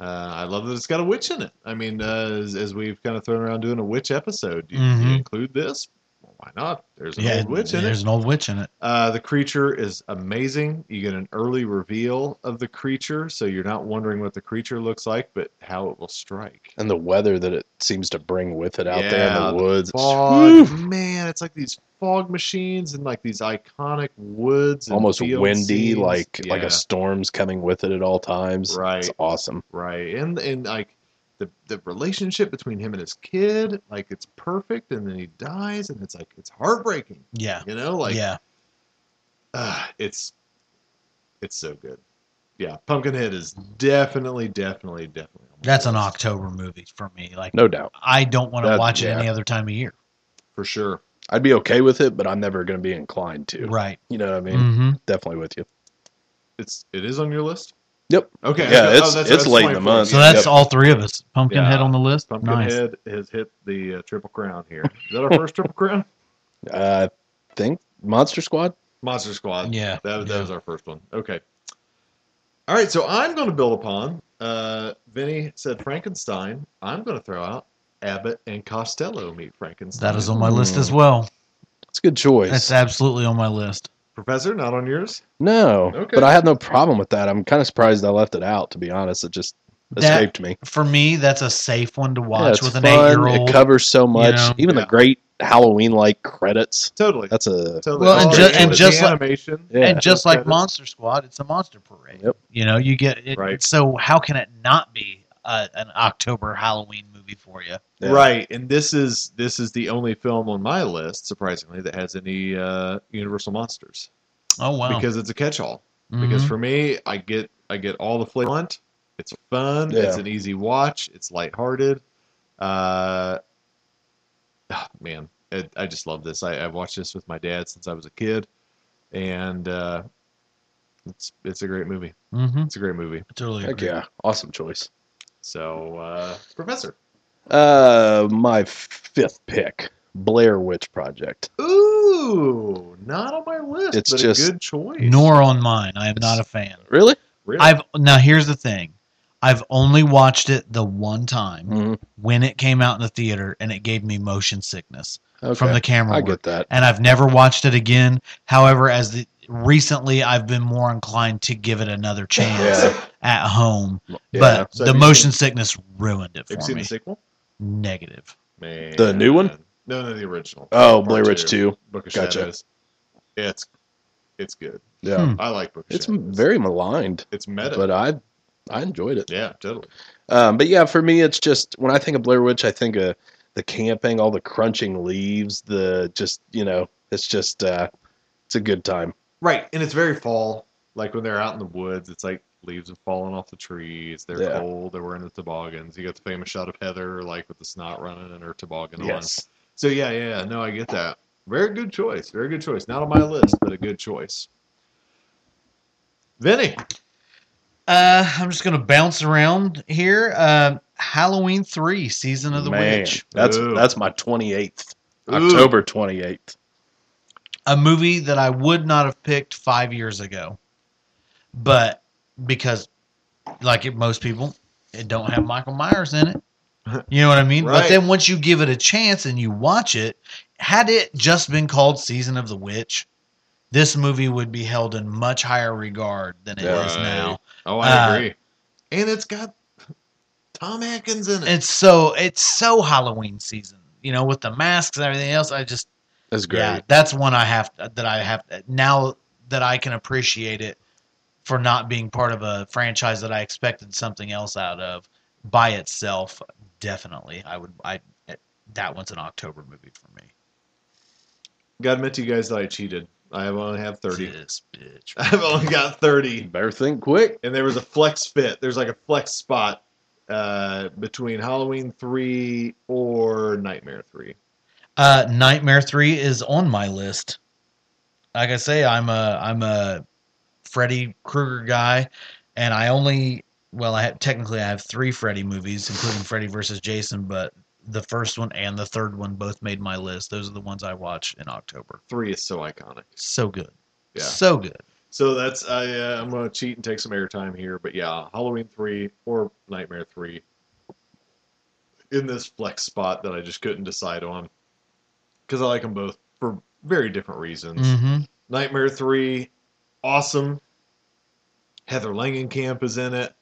Speaker 5: Uh, I love that it's got a witch in it. I mean, uh, as, as we've kind of thrown around doing a witch episode, do you, do you
Speaker 7: Mhm.
Speaker 5: include this? Well, why not? There's an
Speaker 7: Mm-hmm. Yeah,
Speaker 5: old witch in it.
Speaker 7: there's an old witch in it.
Speaker 5: Uh, the creature is amazing. You get an early reveal of the creature, so you're not wondering what the creature looks like, but how it will strike.
Speaker 8: And the weather that it seems to bring with it out there
Speaker 5: Yeah,
Speaker 8: in
Speaker 5: the
Speaker 8: the woods. it's
Speaker 5: Fog, man, it's like these fog machines and like these iconic woods, and
Speaker 8: almost
Speaker 5: field
Speaker 8: windy
Speaker 5: scenes.
Speaker 8: like like
Speaker 5: Yeah,
Speaker 8: a storm's coming with it at all times.
Speaker 5: Right.
Speaker 8: It's awesome.
Speaker 5: right, and and like the the relationship between him and his kid, like it's perfect, and then he dies, and it's like it's heartbreaking,
Speaker 7: Yeah.
Speaker 5: you know, like
Speaker 7: yeah.
Speaker 5: Ah, it's it's so good. Yeah, Pumpkinhead is definitely, definitely, definitely. on my
Speaker 7: That's an
Speaker 5: list.
Speaker 7: October movie for me. Like
Speaker 8: No doubt.
Speaker 7: I don't want to
Speaker 8: That-
Speaker 7: watch it
Speaker 8: yeah.
Speaker 7: any other time of year.
Speaker 5: for sure.
Speaker 8: I'd be okay with it, but I'm never going to be inclined to.
Speaker 7: Right.
Speaker 8: You know what I mean?
Speaker 7: Mm-hmm.
Speaker 8: Definitely with you.
Speaker 5: It's it is on your list.
Speaker 8: Yep.
Speaker 5: Okay.
Speaker 8: Yeah,
Speaker 5: I-
Speaker 8: it's-
Speaker 5: that's-
Speaker 8: it's
Speaker 5: that's
Speaker 8: late in the
Speaker 5: 24.
Speaker 8: month.
Speaker 7: So that's
Speaker 8: Yep.
Speaker 7: all three of us. Pumpkinhead
Speaker 5: Yeah.
Speaker 7: on the list. Nice.
Speaker 5: Pumpkinhead has hit the uh, triple crown here. Is that our first triple crown?
Speaker 8: Uh, I think Monster Squad.
Speaker 5: Monster Squad.
Speaker 7: Yeah.
Speaker 5: That, was- that
Speaker 7: Yeah.
Speaker 5: was our first one. Okay. All right. So I'm going to build upon. Uh, Vinny said Frankenstein. I'm going to throw out Abbott and Costello meet Frankenstein.
Speaker 7: That is on my list
Speaker 8: Mm-hmm.
Speaker 7: as well.
Speaker 8: It's a good choice.
Speaker 7: That's absolutely on my list.
Speaker 5: Professor, not on yours.
Speaker 8: no,
Speaker 5: Okay.
Speaker 8: but I had no problem with that. I'm kind of surprised I left it out. To be honest, it just
Speaker 7: That-
Speaker 8: escaped me.
Speaker 7: For me, that's a safe one to
Speaker 8: Yeah,
Speaker 7: watch
Speaker 8: it's
Speaker 7: with an
Speaker 8: fun.
Speaker 7: eight-year-old.
Speaker 8: It covers so much.
Speaker 7: know?
Speaker 8: Even
Speaker 5: Yeah.
Speaker 8: the great Halloween-like credits.
Speaker 5: Totally.
Speaker 8: That's a
Speaker 5: totally.
Speaker 7: Well, and
Speaker 5: Oh,
Speaker 7: ju-
Speaker 5: yeah,
Speaker 7: and
Speaker 5: with
Speaker 7: just
Speaker 5: the
Speaker 7: like-
Speaker 5: animation.
Speaker 8: yeah.
Speaker 7: and just like
Speaker 5: Credits.
Speaker 7: Monster Squad, it's a monster parade.
Speaker 8: Yep.
Speaker 7: You know, you get it.
Speaker 5: Right.
Speaker 7: So how can it not be uh, an October Halloween movie for you?
Speaker 8: Yeah.
Speaker 5: Right, and this is this is the only film on my list, surprisingly, that has any uh, Universal monsters
Speaker 7: Oh wow!
Speaker 5: because it's a catch-all.
Speaker 7: Mhm.
Speaker 5: Because for me, I get I get all the flavor. I want. It's fun.
Speaker 8: Yeah.
Speaker 5: It's an easy watch. It's lighthearted. Uh, ah, man, it, I just love this. I, I've watched this with my dad since I was a kid, and uh, it's it's a great movie.
Speaker 7: Mhm.
Speaker 5: It's a great movie.
Speaker 7: I totally
Speaker 8: Heck
Speaker 7: agree.
Speaker 8: yeah, awesome choice.
Speaker 5: So, uh, Professor.
Speaker 8: Uh, my fifth pick, Blair Witch Project.
Speaker 5: Ooh, not on my list.
Speaker 8: It's
Speaker 5: but
Speaker 8: just-
Speaker 5: a good choice.
Speaker 7: Nor on mine. I am not a fan.
Speaker 8: Really?
Speaker 5: Really?
Speaker 7: I've now here's the thing. I've only watched it the one time
Speaker 8: Mhm.
Speaker 7: when it came out in the theater, and it gave me motion sickness
Speaker 8: Okay.
Speaker 7: from the camera
Speaker 8: I
Speaker 7: work.
Speaker 8: get that.
Speaker 7: and I've never watched it again. However, as the, recently I've been more inclined to give it another chance
Speaker 8: Yeah.
Speaker 7: at home,
Speaker 8: Yeah.
Speaker 7: but
Speaker 5: So
Speaker 7: the
Speaker 5: have you
Speaker 7: motion sickness ruined it
Speaker 5: Have you
Speaker 7: for
Speaker 5: seen
Speaker 7: me.
Speaker 5: the sequel?
Speaker 7: Negative.
Speaker 5: Man.
Speaker 8: The new one?
Speaker 5: No, no, the original.
Speaker 8: Oh,
Speaker 5: Part
Speaker 8: Blair Witch Two.
Speaker 5: Book of
Speaker 8: Gotcha.
Speaker 5: Shadows. It's it's good.
Speaker 8: Yeah,
Speaker 7: Hmm.
Speaker 5: I like Book of
Speaker 8: it's
Speaker 5: Shadows.
Speaker 8: very maligned,
Speaker 5: it's meta.
Speaker 8: but I I enjoyed it.
Speaker 5: yeah, totally.
Speaker 8: Um, but yeah, for me, it's just when I think of Blair Witch, I think of the camping, all the crunching leaves, the just you know, it's just uh, it's a good time.
Speaker 5: Right, and it's very fall. Like when they're out in the woods, it's like leaves have fallen off the trees. They're
Speaker 8: Yeah.
Speaker 5: cold. They're wearing the toboggans. You got the famous shot of Heather, like with the snot running in her toboggan on. So yeah, yeah, yeah, no, I get that. Very good choice. Very good choice. Not on my list, but a good choice. Vinny.
Speaker 7: Uh, I'm just gonna bounce around here. Uh, Halloween three, season of the
Speaker 8: Man,
Speaker 7: witch,
Speaker 8: That's
Speaker 5: Ooh.
Speaker 8: that's my twenty eighth,
Speaker 5: Ooh.
Speaker 8: October twenty eighth.
Speaker 7: a movie that I would not have picked five years ago, but because, like it- most people, it don't have Michael Myers in it. You know what I mean? But
Speaker 5: Right.
Speaker 7: then once you give it a chance and you watch it, had it just been called Season of the Witch, this movie would be held in much higher regard than it is
Speaker 5: Right.
Speaker 7: now.
Speaker 5: Oh,
Speaker 7: Uh,
Speaker 5: I agree. And it's got Tom Atkins in it.
Speaker 7: It's so it's so Halloween season, you know, with the masks and everything else. I just
Speaker 8: That's great.
Speaker 7: Yeah, that's one I have that I have now that I can appreciate it for not being part of a franchise that I expected something else out of by itself. Definitely, I would. I that one's an October movie for me.
Speaker 5: Gotta admit to you guys that I cheated I only have 30.
Speaker 7: This bitch.
Speaker 5: I've only got 30.
Speaker 8: Better think quick.
Speaker 5: and there was a flex fit. There's like a flex spot uh, between Halloween three or Nightmare three.
Speaker 7: Uh, Nightmare Three is on my list. Like I say, I'm a I'm a Freddy Krueger guy, and I only well, I have, technically I have three Freddy movies, including Freddy versus Jason, but the first one and the third one both made my list. Those are the ones I watch in October.
Speaker 5: Three is so iconic.
Speaker 7: So good,
Speaker 5: Yeah.
Speaker 7: so good.
Speaker 5: So that's I. Uh, I'm gonna cheat and take some airtime here, but yeah, Halloween three or Nightmare three. In this flex spot that I just couldn't decide on, because I like them both for very different reasons.
Speaker 7: hmm
Speaker 5: Nightmare 3, awesome. Heather Langenkamp is in it.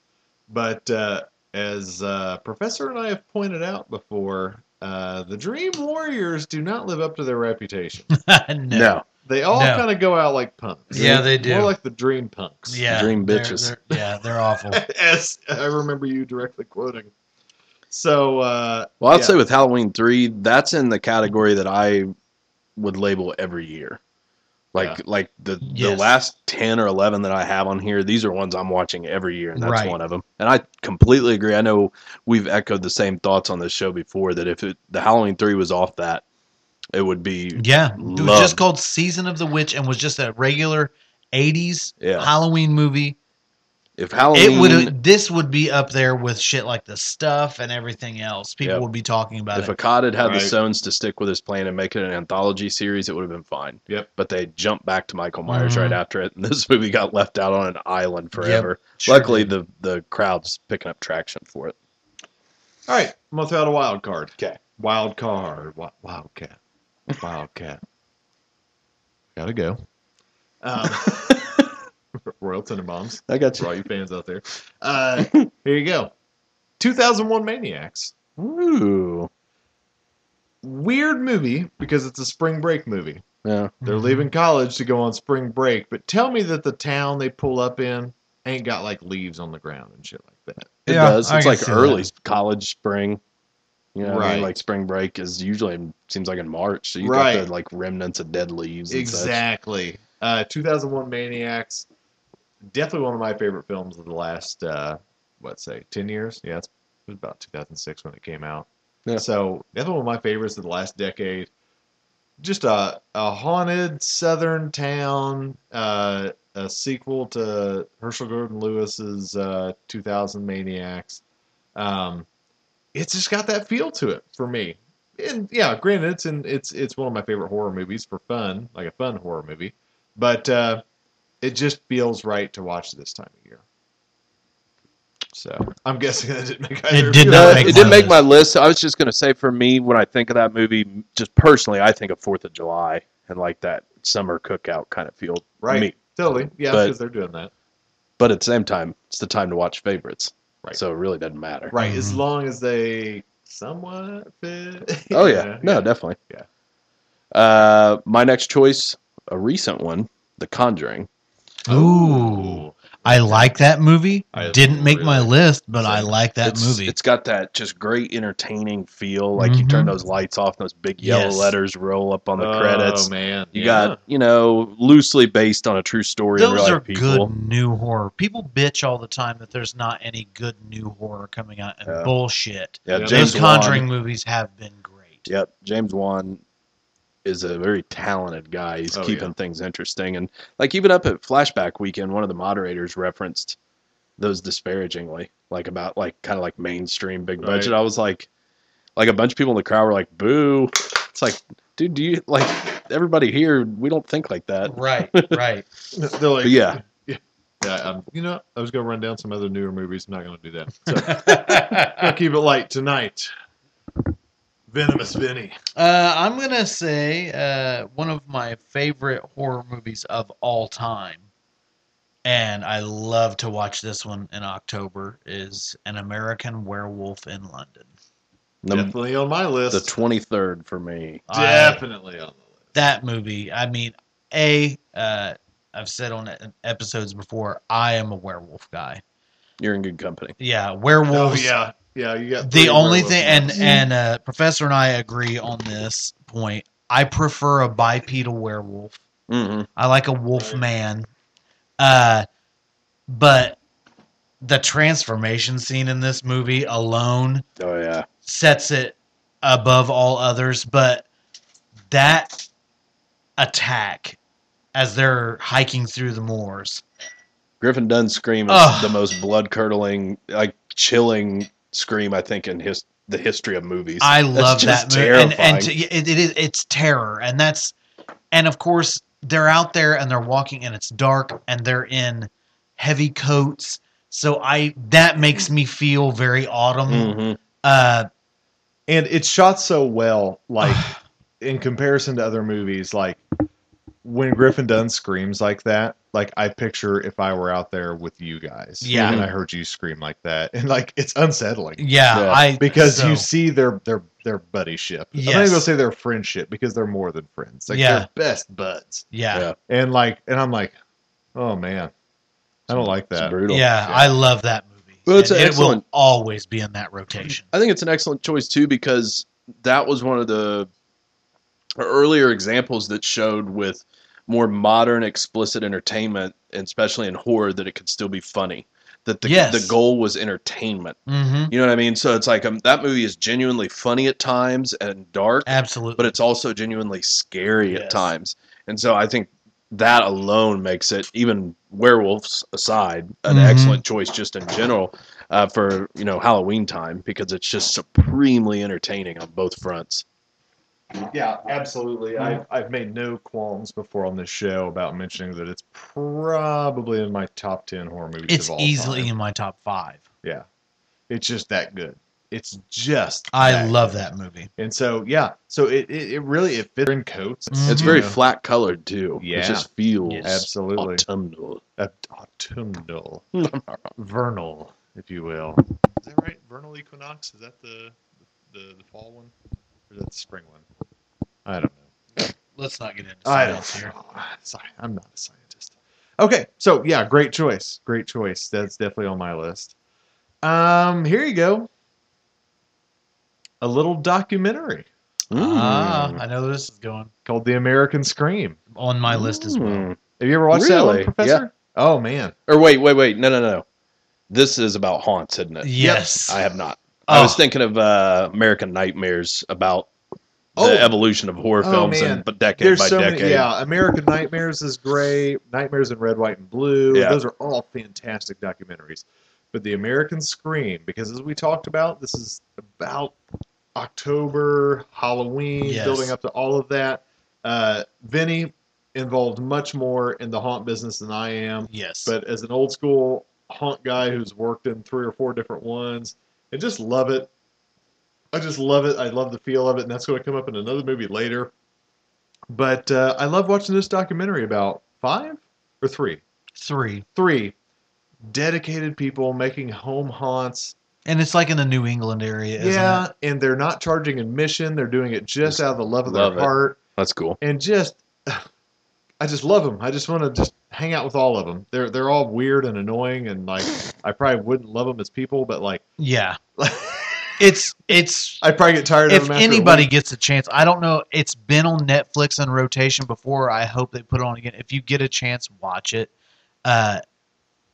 Speaker 5: But uh, as uh, Professor and I have pointed out before, uh, the Dream Warriors do not live up to their reputation.
Speaker 7: no.
Speaker 8: No.
Speaker 5: They all
Speaker 7: No.
Speaker 5: kind of go out like punks.
Speaker 7: Yeah, they do.
Speaker 5: More like the Dream Punks.
Speaker 7: yeah,
Speaker 8: Dream
Speaker 7: they're-
Speaker 8: bitches.
Speaker 7: they're- yeah, they're awful.
Speaker 5: As I remember you directly quoting. So, uh,
Speaker 8: Well, I'd
Speaker 5: yeah.
Speaker 8: say with Halloween three, that's in the category that I would label every year. Like
Speaker 5: Yeah.
Speaker 8: like the the
Speaker 7: Yes.
Speaker 8: last ten or eleven that I have on here, these are ones I'm watching every year, and that's
Speaker 7: Right.
Speaker 8: one of them. And I completely agree. I know we've echoed the same thoughts on this show before that if it, the Halloween three was off that, it would be
Speaker 7: Yeah, it was
Speaker 8: Love.
Speaker 7: just called Season of the Witch and was just a regular '80s
Speaker 8: Yeah.
Speaker 7: Halloween movie.
Speaker 8: if Halloween
Speaker 7: It would this would be up there with shit like the stuff and everything else. People
Speaker 8: Yep.
Speaker 7: would be talking about
Speaker 8: if
Speaker 7: it.
Speaker 8: Akkad had had the
Speaker 5: Right.
Speaker 8: Sones to stick with his plan and make it an anthology series, it would have been fine.
Speaker 5: Yep.
Speaker 8: But they jumped back to Michael Myers
Speaker 7: Mhm.
Speaker 8: right after it, and this movie got left out on an island forever.
Speaker 7: Sure
Speaker 8: Luckily,
Speaker 7: did.
Speaker 8: the the crowd's picking up traction for it.
Speaker 5: All right, I'm gonna throw out a wild card.
Speaker 8: 'Kay.
Speaker 5: Wild card. Wi- Wildcat. Wildcat. Gotta go. Um, Royal Tenenbaums.
Speaker 8: I got
Speaker 5: For all you fans out there. Uh, here you go. 2001 Maniacs.
Speaker 8: Ooh,
Speaker 5: Weird movie because it's a spring break movie.
Speaker 8: yeah.
Speaker 5: They're
Speaker 7: Mm-hmm.
Speaker 5: leaving college to go on spring break, but tell me that the town they pull up in ain't got like leaves on the ground and shit like that.
Speaker 8: It
Speaker 7: Yeah,
Speaker 8: does.
Speaker 7: I
Speaker 8: It's
Speaker 7: can
Speaker 8: like
Speaker 7: see
Speaker 8: early
Speaker 7: that.
Speaker 8: college spring. You know, what I mean?
Speaker 5: Right.
Speaker 8: like spring break is usually seems like in March. So you got
Speaker 5: Right.
Speaker 8: the like remnants of dead leaves. And such.
Speaker 5: Exactly. Uh, 2001 Maniacs, definitely one of my favorite films of the last, uh, what say, 10 years? Yeah, it's, it was about 2006 when it came out.
Speaker 8: Yeah.
Speaker 5: So, definitely one of my favorites of the last decade. Just a, a haunted southern town, uh, a sequel to Herschel Gordon Lewis's uh, 2000 Maniacs. Um, it's just got that feel to it for me and yeah, granted, it's in, it's it's one of my favorite horror movies for fun, like a fun horror movie. But uh, it just feels right to watch this time of year. So I'm guessing that didn't make either. of
Speaker 7: did
Speaker 5: you
Speaker 7: not
Speaker 8: No,
Speaker 5: laugh.
Speaker 7: make
Speaker 8: it
Speaker 7: my
Speaker 8: did make my list. I was just gonna say, for me, when I think of that movie, just personally, I think of Fourth of July and like that summer cookout kind of feel. to
Speaker 5: right,
Speaker 8: me.
Speaker 5: totally, yeah,
Speaker 8: But-
Speaker 5: because they're doing that.
Speaker 8: But at the same time, it's the time to watch favorites,
Speaker 5: Right.
Speaker 8: so it really doesn't matter.
Speaker 5: Right, as
Speaker 7: Mhm.
Speaker 5: long as they somewhat fit.
Speaker 8: Oh yeah, no,
Speaker 5: yeah.
Speaker 8: definitely.
Speaker 5: Yeah.
Speaker 8: Uh, my next choice, a recent one, The Conjuring.
Speaker 7: Ooh, I like that movie.
Speaker 5: I
Speaker 7: Didn't make my
Speaker 5: really-
Speaker 7: list, but I
Speaker 5: Same.
Speaker 7: like that
Speaker 8: It's-
Speaker 7: movie.
Speaker 8: It's got that just great entertaining feel. Like you turn
Speaker 7: Mhm.
Speaker 8: those lights off, and those big yellow
Speaker 7: Yes.
Speaker 8: letters roll up on the
Speaker 5: oh,
Speaker 8: credits.
Speaker 5: man,
Speaker 8: You
Speaker 5: yeah.
Speaker 8: got you know loosely based on a true story. of
Speaker 7: Those
Speaker 8: real
Speaker 7: are
Speaker 8: life people.
Speaker 7: good new horror. People bitch all the time that there's not any good new horror coming out, and
Speaker 8: Yeah.
Speaker 7: bullshit.
Speaker 8: Yeah,
Speaker 5: Yeah,
Speaker 8: James
Speaker 7: Those Conjuring
Speaker 8: Wan.
Speaker 7: movies have been great.
Speaker 8: Yep, James Wan is a very talented guy. He's
Speaker 5: Oh,
Speaker 8: keeping things interesting, and like even up at Flashback Weekend, one of the moderators referenced those disparagingly, like about like kind of like mainstream big budget.
Speaker 5: Right.
Speaker 8: I was like, like a bunch of people in the crowd were like, "Boo!" It's like, dude, do you like everybody here? We don't think like that.
Speaker 7: Right, right.
Speaker 5: They're like,
Speaker 8: But yeah,
Speaker 5: yeah. Um, you know, I was gonna run down some other newer movies. I'm not gonna do that. So. I'll keep it light tonight. Venomous Vinny.
Speaker 7: Uh, I'm gonna say uh, one of my favorite horror movies of all time, and I love to watch this one in October. Is An American Werewolf in London.
Speaker 8: the
Speaker 5: Definitely on my
Speaker 8: the
Speaker 5: list.
Speaker 8: twenty third for me.
Speaker 7: I-
Speaker 5: Definitely on the list.
Speaker 7: that movie. I mean, a uh, I've said on e- episodes before, I am a werewolf guy.
Speaker 8: You're in good company.
Speaker 7: Yeah, werewolves.
Speaker 5: oh yeah, yeah. You got
Speaker 7: The
Speaker 5: three
Speaker 7: only
Speaker 5: werewolves
Speaker 7: thing,
Speaker 5: in
Speaker 7: and
Speaker 5: this.
Speaker 7: and uh, Professor and I agree on this point. I prefer a bipedal werewolf
Speaker 5: Mm-hmm.
Speaker 8: hmm
Speaker 7: I like a wolf man. Uh, but the transformation scene in this movie alone
Speaker 8: Oh yeah.
Speaker 7: sets it above all others. But that attack as they're hiking through the moors,
Speaker 8: Griffin Dunn's scream is
Speaker 7: Ugh.
Speaker 8: the most blood curdling, like chilling scream I think in his the history of movies.
Speaker 7: I
Speaker 8: That's
Speaker 7: love
Speaker 8: just
Speaker 7: that movie. And, and to,
Speaker 8: terrifying.
Speaker 7: it, it is it's terror, and that's and of course they're out there and they're walking and it's dark and they're in heavy coats. So I that makes me feel very autumn.
Speaker 8: Mhm.
Speaker 7: Uh,
Speaker 5: and it's shot so well like in comparison to other movies like when griffin dunn screams like that like i picture if i were out there with you guys
Speaker 7: Yeah.
Speaker 5: and i heard you scream like that and like it's unsettling
Speaker 7: yeah,
Speaker 8: Yeah.
Speaker 7: I
Speaker 5: because
Speaker 7: so-
Speaker 5: you see their their their buddyship i'm not
Speaker 7: Yes.
Speaker 5: even gonna say their friendship because they're more than friends like
Speaker 7: Yeah.
Speaker 5: they're best buds
Speaker 7: yeah,
Speaker 8: Yeah.
Speaker 5: and like and i'm like oh man i don't like
Speaker 8: It's
Speaker 5: that
Speaker 7: yeah,
Speaker 8: brutal.
Speaker 7: I love that movie.
Speaker 8: Well, it's
Speaker 7: And
Speaker 8: an
Speaker 7: it will
Speaker 8: excellent-
Speaker 7: always be in that rotation.
Speaker 8: I think it's an excellent choice too because that was one of the earlier examples that showed with more modern explicit entertainment, and especially in horror, that it could still be funny. That the
Speaker 7: Yes.
Speaker 8: the goal was entertainment.
Speaker 7: hmm
Speaker 8: You know what I mean? So it's like um, that movie is genuinely funny at times and dark,
Speaker 7: Absolutely,
Speaker 8: but it's also genuinely scary at
Speaker 7: Yes.
Speaker 8: times. And so I think that alone makes it, even werewolves aside, an
Speaker 7: Mhm.
Speaker 8: excellent choice just in general uh, for you know Halloween time because it's just supremely entertaining on both fronts.
Speaker 5: Yeah, absolutely. I've, I've made no qualms before on this show about mentioning that it's probably in my top 10 horror movies
Speaker 7: it's
Speaker 5: of all
Speaker 7: easily
Speaker 5: time.
Speaker 7: in my top five.
Speaker 5: Yeah. It's just that good. It's just
Speaker 7: I
Speaker 5: that
Speaker 7: love
Speaker 5: good.
Speaker 7: that movie.
Speaker 5: And so, yeah. So it, it, it really, it fits in coats.
Speaker 8: It's
Speaker 7: Mhm.
Speaker 8: very
Speaker 5: You know,
Speaker 8: flat colored too.
Speaker 5: Yeah.
Speaker 8: It just feels
Speaker 5: Absolutely.
Speaker 8: autumnal.
Speaker 5: aut- autumnal. Vernal, if you will. Is that right? Vernal equinox? Is that the, the, the fall one? Or is that the spring one? I don't know.
Speaker 7: Let's not get into
Speaker 5: I
Speaker 7: science
Speaker 5: don't
Speaker 7: here.
Speaker 5: know. Sorry, I'm not a scientist. Okay, so yeah, great choice. Great choice. That's definitely on my list. Um, here you go. A little documentary
Speaker 8: Mm.
Speaker 7: Ah, I know where this is going
Speaker 5: called The American Scream.
Speaker 7: on my list as well.
Speaker 8: Mm.
Speaker 5: Have you ever watched
Speaker 8: Really?
Speaker 5: that one, Professor? Oh man.
Speaker 8: Or wait, wait, wait. No, no, no. This is about haunts, isn't it?
Speaker 7: Yes,
Speaker 8: Hmm. I have not.
Speaker 7: Oh.
Speaker 8: I was thinking of uh, American Nightmares about the
Speaker 5: Oh.
Speaker 8: evolution of horror
Speaker 5: Oh,
Speaker 8: films
Speaker 5: man.
Speaker 8: and but decade
Speaker 5: There's
Speaker 8: by
Speaker 5: so
Speaker 8: decade.
Speaker 5: many yeah, American Nightmares is great, Nightmares in Red, White, and Blue.
Speaker 8: Yeah.
Speaker 5: Those are all fantastic documentaries. But the American Scream, because as we talked about, this is about October, Halloween,
Speaker 7: Yes.
Speaker 5: building up to all of that. Uh, Vinny involved much more in the haunt business than I am.
Speaker 7: Yes,
Speaker 5: But as an old school haunt guy who's worked in three or four different ones, I just love it. I just love it. I love the feel of it, and that's going to come up in another movie later. But uh, I love watching this documentary about five or three,
Speaker 7: three,
Speaker 5: three dedicated people making home haunts.
Speaker 7: and it's like in the New England area. Isn't
Speaker 5: yeah,
Speaker 7: it?
Speaker 5: and they're not charging admission. They're doing it just out of the love of
Speaker 8: Love
Speaker 5: their
Speaker 8: it.
Speaker 5: heart
Speaker 8: That's cool.
Speaker 5: and just I just love them. I just want to just hang out with all of them. They're they're all weird and annoying, and like I probably wouldn't love them as people, but like
Speaker 7: yeah. It's it's
Speaker 5: I probably get tired of
Speaker 7: if
Speaker 5: them. after a
Speaker 7: anybody
Speaker 5: week.
Speaker 7: gets a chance, I don't know. It's been on Netflix and rotation before. I hope they put it on again. If you get a chance, watch it. Uh,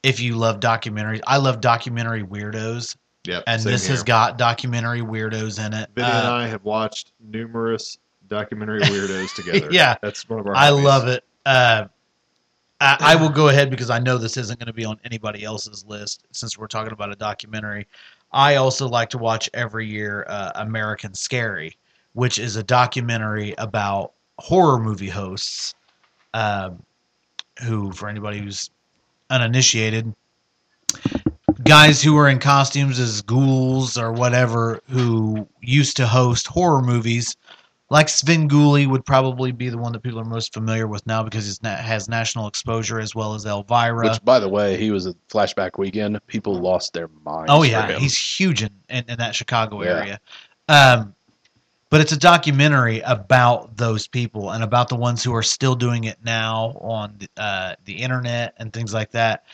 Speaker 7: if you love documentaries, I love documentary weirdos,
Speaker 5: yep,
Speaker 7: and
Speaker 5: same
Speaker 7: this
Speaker 5: here.
Speaker 7: has got documentary weirdos in it.
Speaker 5: Vinny and
Speaker 7: Uh,
Speaker 5: I have watched numerous documentary weirdos together.
Speaker 7: Yeah.
Speaker 5: that's one of our.
Speaker 7: I
Speaker 5: hobbies.
Speaker 7: love it. Uh, I, I will go ahead because I know this isn't going to be on anybody else's list since we're talking about a documentary. I also like to watch every year uh, American Scary, which is a documentary about horror movie hosts um, who, for anybody who's uninitiated, guys who are in costumes as ghouls or whatever who used to host horror movies like Sven Gulli would probably be the one that people are most familiar with now because he's na- has national exposure as well as Elvira.
Speaker 8: Which, by the way, he was a flashback weekend. People lost their minds.
Speaker 7: oh
Speaker 8: for
Speaker 7: yeah,
Speaker 8: him.
Speaker 7: he's huge in, in, in that Chicago
Speaker 8: Yeah.
Speaker 7: area. Um, but it's a documentary about those people and about the ones who are still doing it now on the, uh, the internet and things like that.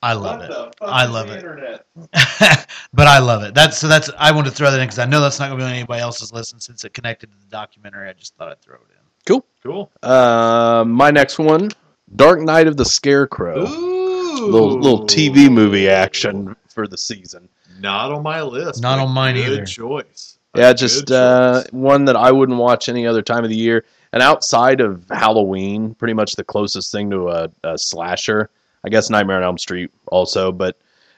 Speaker 7: I love it. I love it. but I love it. That's so. That's I want to throw that in because I know that's not going to be on anybody else's list, and since it connected to the documentary, I just thought I'd throw it in.
Speaker 5: Cool.
Speaker 8: Uh, my next one, Dark Knight of the Scarecrow.
Speaker 5: Ooh.
Speaker 8: Little little TV movie action for the season.
Speaker 5: Not on my list.
Speaker 7: Not
Speaker 5: but
Speaker 7: on mine
Speaker 5: good
Speaker 7: either.
Speaker 5: choice.
Speaker 8: yeah,
Speaker 5: A
Speaker 8: just
Speaker 5: good
Speaker 8: uh,
Speaker 5: choice.
Speaker 8: one that I wouldn't watch any other time of the year. And outside of Halloween, pretty much the closest thing to a, a slasher. I guess Nightmare on Elm Street also, but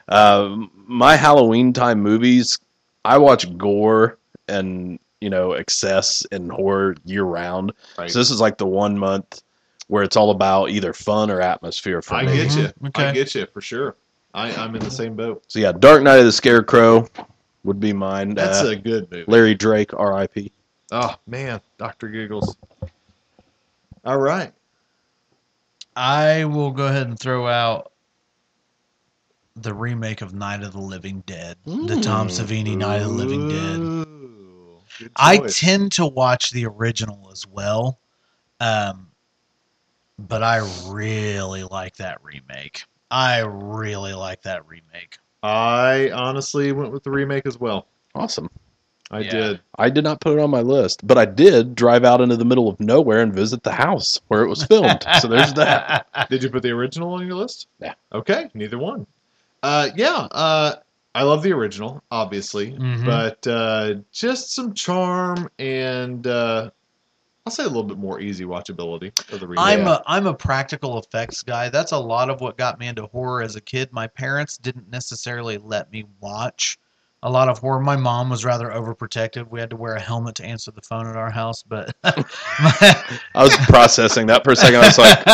Speaker 8: um my Halloween time movies, I watch gore and you know excess and horror year round.
Speaker 5: Right.
Speaker 8: So this is like the one month where it's all about either fun or atmosphere for
Speaker 5: I
Speaker 8: me.
Speaker 5: get you. I
Speaker 7: Mm-hmm. Okay.
Speaker 5: get you for sure. I, I'm in the same boat.
Speaker 8: So yeah, Dark Knight of the Scarecrow would be mine.
Speaker 5: That's
Speaker 8: Uh,
Speaker 5: a good movie.
Speaker 8: Larry Drake, R.I.P.
Speaker 5: Oh man, Doctor Giggles. All right.
Speaker 7: I will go ahead and throw out the remake of Night of the Living Dead, the Tom Savini Night of the Living Dead.
Speaker 5: Ooh, good
Speaker 7: I
Speaker 5: choice.
Speaker 7: tend to watch the original as well, um, but I really like that remake. I really like that remake.
Speaker 5: I honestly went with the remake as well.
Speaker 8: Awesome.
Speaker 5: I
Speaker 7: Yeah.
Speaker 5: did.
Speaker 8: I did not put it on my list, but I did drive out into the middle of nowhere and visit the house where it was filmed. so there's that.
Speaker 5: Did you put the original on your list?
Speaker 8: Yeah.
Speaker 5: Okay, neither one. Uh, yeah, uh, I love the original, obviously,
Speaker 7: Mhm.
Speaker 5: but uh, just some charm and uh, I'll say a little bit more easy watchability of the remake.
Speaker 7: I'm a I'm a practical effects guy. That's a lot of what got me into horror as a kid. My parents didn't necessarily let me watch a lot of horror. My mom was rather overprotective. We had to wear a helmet to answer the phone at our house, but
Speaker 8: I was processing that for a second. I was like,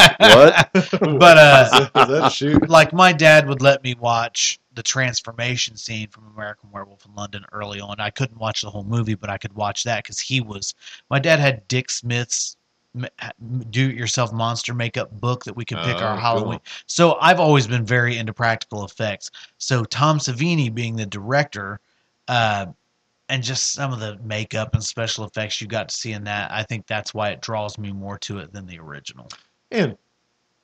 Speaker 8: what?
Speaker 7: but uh
Speaker 5: Is that a shoot?
Speaker 7: like my dad would let me watch the transformation scene from American Werewolf in London early on. I couldn't watch the whole movie, but I could watch that because he was my dad had Dick Smith's do it yourself monster makeup book that we could pick
Speaker 5: Oh,
Speaker 7: our
Speaker 5: cool.
Speaker 7: Halloween. So I've always been very into practical effects. So Tom Savini being the director, uh, and just some of the makeup and special effects you got to see in that, I think that's why it draws me more to it than the original.
Speaker 5: And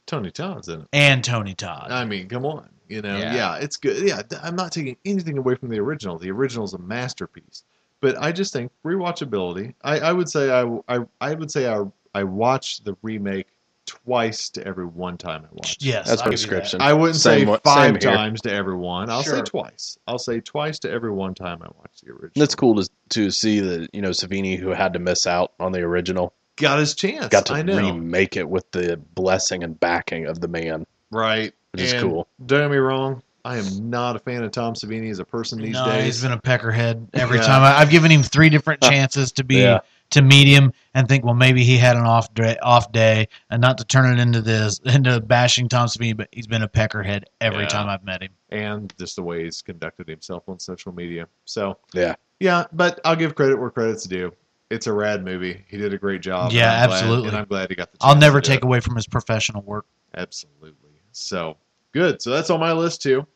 Speaker 5: Tony Todd's in it.
Speaker 7: And Tony Todd.
Speaker 5: I mean, come on. You know, yeah.
Speaker 7: Yeah.
Speaker 5: it's good. Yeah, th- I'm not taking anything away from the original. The original is a masterpiece. But I just think rewatchability. I, I would say I, I, I would say I, I watched the remake twice to every one time I watched. it.
Speaker 7: yes,
Speaker 8: That's
Speaker 7: I'll give you that.
Speaker 8: prescription.
Speaker 5: I wouldn't
Speaker 8: Same
Speaker 5: say
Speaker 8: one-
Speaker 5: five
Speaker 8: same here.
Speaker 5: times to everyone. I'll say
Speaker 7: Sure.
Speaker 5: twice. I'll say twice to every one time I watched the original.
Speaker 8: That's cool to, to see that, you know, Savini, who had to miss out on the original,
Speaker 5: Got his chance.
Speaker 8: got to
Speaker 5: I know.
Speaker 8: remake it with the blessing and backing of the man,
Speaker 5: Right.
Speaker 8: which is
Speaker 5: And
Speaker 8: cool.
Speaker 5: Don't get me wrong. I am not a fan of Tom Savini as a person these
Speaker 7: no,
Speaker 5: days.
Speaker 7: he's been a peckerhead every
Speaker 5: Yeah.
Speaker 7: time. I, I've given him three different chances to be
Speaker 8: Yeah.
Speaker 7: to meet him and think, well, maybe he had an off day, off day, and not to turn it into this into bashing Tom Savini, but he's been a peckerhead every
Speaker 5: Yeah.
Speaker 7: time I've met him.
Speaker 5: and just the way he's conducted himself on social media. So
Speaker 8: Yeah.
Speaker 5: yeah. But I'll give credit where credit's due. It's a rad movie. He did a great job. and
Speaker 7: Yeah,
Speaker 5: I'm glad-
Speaker 7: absolutely.
Speaker 5: and I'm glad he got the.
Speaker 7: I'll
Speaker 5: chance
Speaker 7: never
Speaker 5: to do
Speaker 7: take
Speaker 5: it.
Speaker 7: away from his professional work.
Speaker 5: Absolutely. So good. So that's on my list too.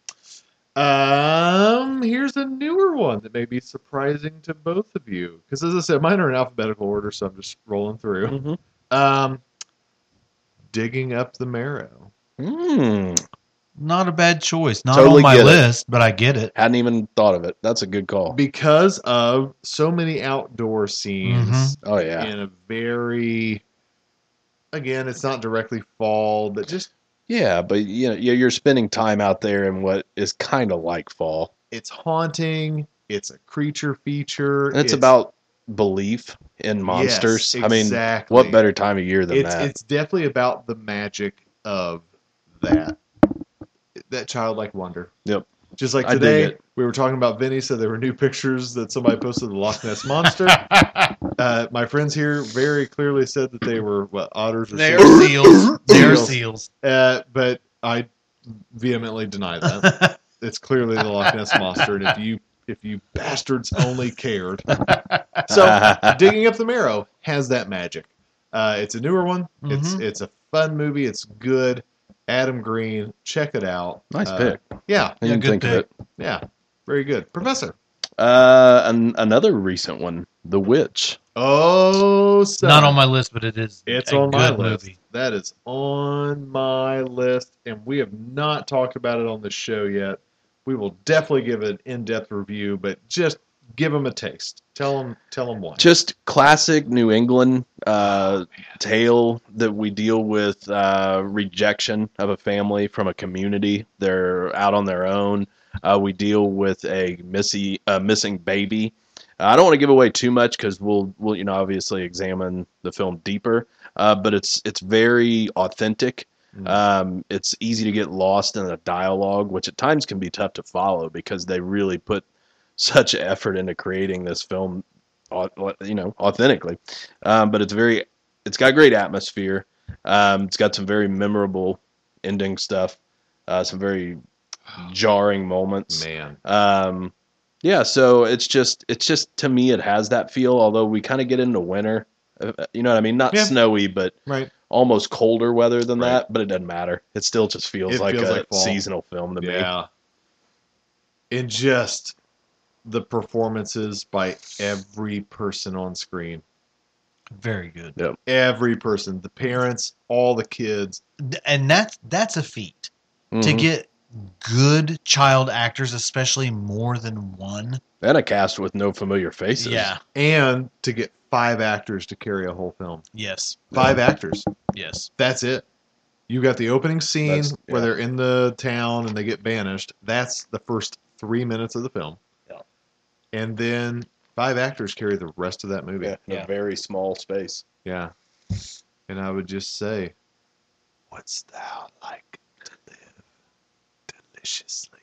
Speaker 5: Um, here's a newer one that may be surprising to both of you because, as I said, mine are in alphabetical order, so I'm just rolling through.
Speaker 8: Mhm.
Speaker 5: Um, digging up the marrow.
Speaker 8: Mm,
Speaker 7: Not a bad choice. Not
Speaker 8: Totally
Speaker 7: on my
Speaker 8: get it.
Speaker 7: list, but I get it.
Speaker 8: hadn't even thought of it. That's a good call.
Speaker 5: Because of so many outdoor scenes,
Speaker 7: Mhm.
Speaker 8: Oh, yeah.
Speaker 5: in a very again it's not directly fall but just
Speaker 8: Yeah, but you know, you're you're spending time out there in what is kind of like fall.
Speaker 5: it's haunting it's a creature feature
Speaker 8: And it's, about belief in monsters.
Speaker 5: Yes,
Speaker 8: I mean,
Speaker 5: exactly.
Speaker 8: what better time of year than
Speaker 5: it's,
Speaker 8: that?
Speaker 5: it's definitely about the magic of that that childlike wonder
Speaker 8: Yep.
Speaker 5: just like
Speaker 8: I dig
Speaker 5: today
Speaker 8: it.
Speaker 5: we were talking about vinny so there were new pictures that somebody posted of the loch ness monster uh, my friends here very clearly said that they were what otters or
Speaker 7: They're
Speaker 5: seals.
Speaker 7: seals. They're
Speaker 5: Seals.
Speaker 7: seals.
Speaker 5: Uh, but I vehemently deny that. it's clearly the Loch Ness monster, and if you if you bastards only cared, so digging up the marrow has that magic. Uh, it's a newer one. It's
Speaker 8: Mm-hmm.
Speaker 7: Mhm.
Speaker 5: it's a fun movie. It's good. Adam Green, check it out.
Speaker 8: nice
Speaker 5: Uh,
Speaker 8: pick.
Speaker 5: Yeah,
Speaker 8: I
Speaker 7: yeah,
Speaker 8: didn't
Speaker 7: good
Speaker 8: think of it.
Speaker 5: yeah, very good, Professor.
Speaker 8: Uh, an, another recent one, The Witch.
Speaker 5: Oh, so
Speaker 7: Not on my list, but it is.
Speaker 5: It's
Speaker 7: a
Speaker 5: on my
Speaker 7: good
Speaker 5: list.
Speaker 7: movie.
Speaker 5: That is on my list, and we have not talked about it on the show yet. We will definitely give an in-depth review, but just give them a taste. Tell them, tell them what.
Speaker 8: just classic New England uh, tale that we deal with uh, rejection of a family from a community. They're out on their own. Uh, we deal with a missy, a missing baby. I don't want to give away too much because we'll, we'll, you know, obviously examine the film deeper. Uh, but it's it's very authentic. Um, it's easy to get lost in the dialogue, which at times can be tough to follow because they really put such effort into creating this film au- you know authentically um, but it's very it's got great atmosphere um, it's got some very memorable ending stuff uh, some very jarring moments
Speaker 5: Man,
Speaker 8: um, yeah so it's just it's just to me it has that feel although we kind of get into winter uh, you know what i mean not
Speaker 5: Yeah.
Speaker 8: snowy but
Speaker 5: right?
Speaker 8: almost colder weather than
Speaker 5: Right.
Speaker 8: that but it doesn't matter it still just feels
Speaker 5: It
Speaker 8: like
Speaker 5: feels
Speaker 8: a
Speaker 5: like fall.
Speaker 8: seasonal film to me
Speaker 5: Yeah. And just the performances by every person on screen.
Speaker 7: Very good.
Speaker 5: Every person, the parents, all the kids.
Speaker 7: D- And that's that's a feat to
Speaker 5: Mm-hmm.
Speaker 8: Mhm.
Speaker 7: get good child actors, especially more than one.
Speaker 8: and a cast with no familiar faces
Speaker 7: Yeah.
Speaker 5: And to get five actors to carry a whole film.
Speaker 7: Yes.
Speaker 5: Five actors.
Speaker 7: Yes.
Speaker 5: That's it. You got the opening scene
Speaker 8: That's- yeah.
Speaker 5: where they're in the town and they get banished. That's the first three minutes of the film.
Speaker 8: Yeah.
Speaker 5: And then five actors carry the rest of that movie.
Speaker 8: in a very small space
Speaker 5: Yeah. And I would just say, Wouldst thou like to live deliciously?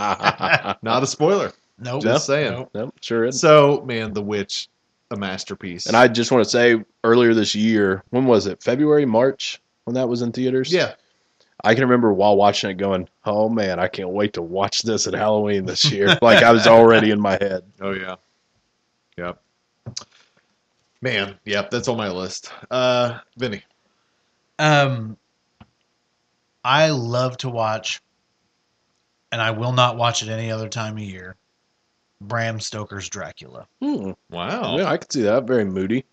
Speaker 5: Not a spoiler.
Speaker 7: Nope.
Speaker 5: Just saying.
Speaker 7: Nope.
Speaker 8: Yep, sure is.
Speaker 5: So, man, The Witch, a masterpiece.
Speaker 8: And I just want to say, earlier this year, when was it? February, March, when that was in theaters.
Speaker 5: yeah,
Speaker 8: I can remember while watching it, going, "Oh man, I can't wait to watch this at Halloween this year." like I was already in my head.
Speaker 5: Oh yeah. Yep. Man, yep, that's on my list. Uh Vinny.
Speaker 7: Um, I love to watch, and I will not watch it any other time of year. Bram Stoker's Dracula,
Speaker 8: Hmm.
Speaker 5: Wow.
Speaker 8: Yeah, I could see that. Very moody,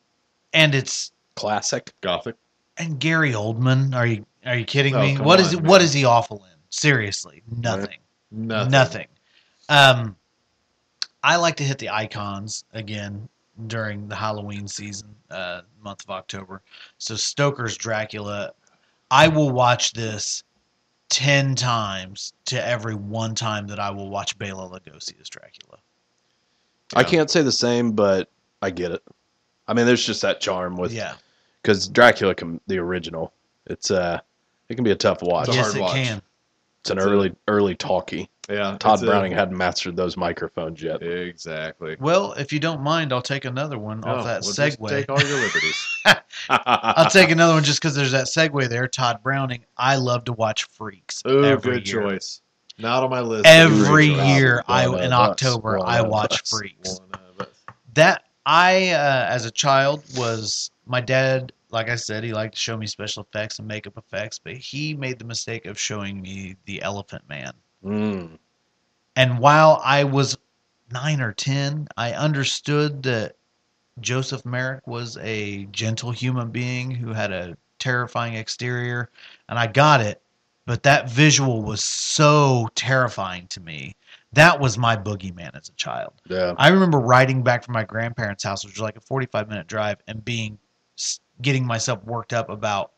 Speaker 7: and it's
Speaker 8: classic.
Speaker 5: Gothic.
Speaker 7: and Gary Oldman. Are you are you kidding
Speaker 5: Oh,
Speaker 7: me?
Speaker 5: come
Speaker 7: What is
Speaker 5: on,
Speaker 7: what
Speaker 5: man.
Speaker 7: is he awful in? Seriously, nothing,
Speaker 5: Nothing.
Speaker 7: nothing. Um, I like to hit the icons again during the Halloween season, uh, month of October. So Stoker's Dracula, I will watch this ten times to every one time that I will watch Bela Lugosi as Dracula.
Speaker 8: I
Speaker 5: Yeah.
Speaker 8: can't say the same, but I get it. I mean, there's just that charm with
Speaker 7: yeah,
Speaker 8: because Dracula, can, the original, it's uh, it can be a tough watch.
Speaker 5: It's a
Speaker 7: yes,
Speaker 5: hard
Speaker 7: it
Speaker 5: watch.
Speaker 7: can.
Speaker 8: It's an
Speaker 5: It's a-
Speaker 8: early, early talkie.
Speaker 5: Yeah.
Speaker 8: Todd
Speaker 5: it's a-
Speaker 8: Browning hadn't mastered those microphones yet.
Speaker 5: Exactly.
Speaker 7: Well, if you don't mind, I'll take another one
Speaker 5: Oh,
Speaker 7: off that
Speaker 5: well, just
Speaker 7: segue.
Speaker 5: Take all your liberties.
Speaker 7: I'll take another one just because there's that segue there. Todd Browning. I love to watch Freaks.
Speaker 5: Oh,
Speaker 7: every
Speaker 5: good
Speaker 7: year.
Speaker 5: choice. Not on my list. but
Speaker 7: Every
Speaker 5: great choice.
Speaker 7: year, I
Speaker 8: One
Speaker 7: in
Speaker 8: of us.
Speaker 7: October,
Speaker 8: One
Speaker 7: I
Speaker 8: of
Speaker 7: watch
Speaker 8: us.
Speaker 7: Freaks.
Speaker 5: One of us.
Speaker 7: That I, uh, as a child, was my dad. Like I said, he liked to show me special effects and makeup effects, but he made the mistake of showing me the Elephant Man.
Speaker 8: Mm.
Speaker 7: And while I was nine or ten, I understood that Joseph Merrick was a gentle human being who had a terrifying exterior, and I got it. But that visual was so terrifying to me. That was my boogeyman as a child.
Speaker 8: Yeah.
Speaker 7: I remember riding back from my grandparents' house, which was like a 45 minute drive, and being s- getting myself worked up about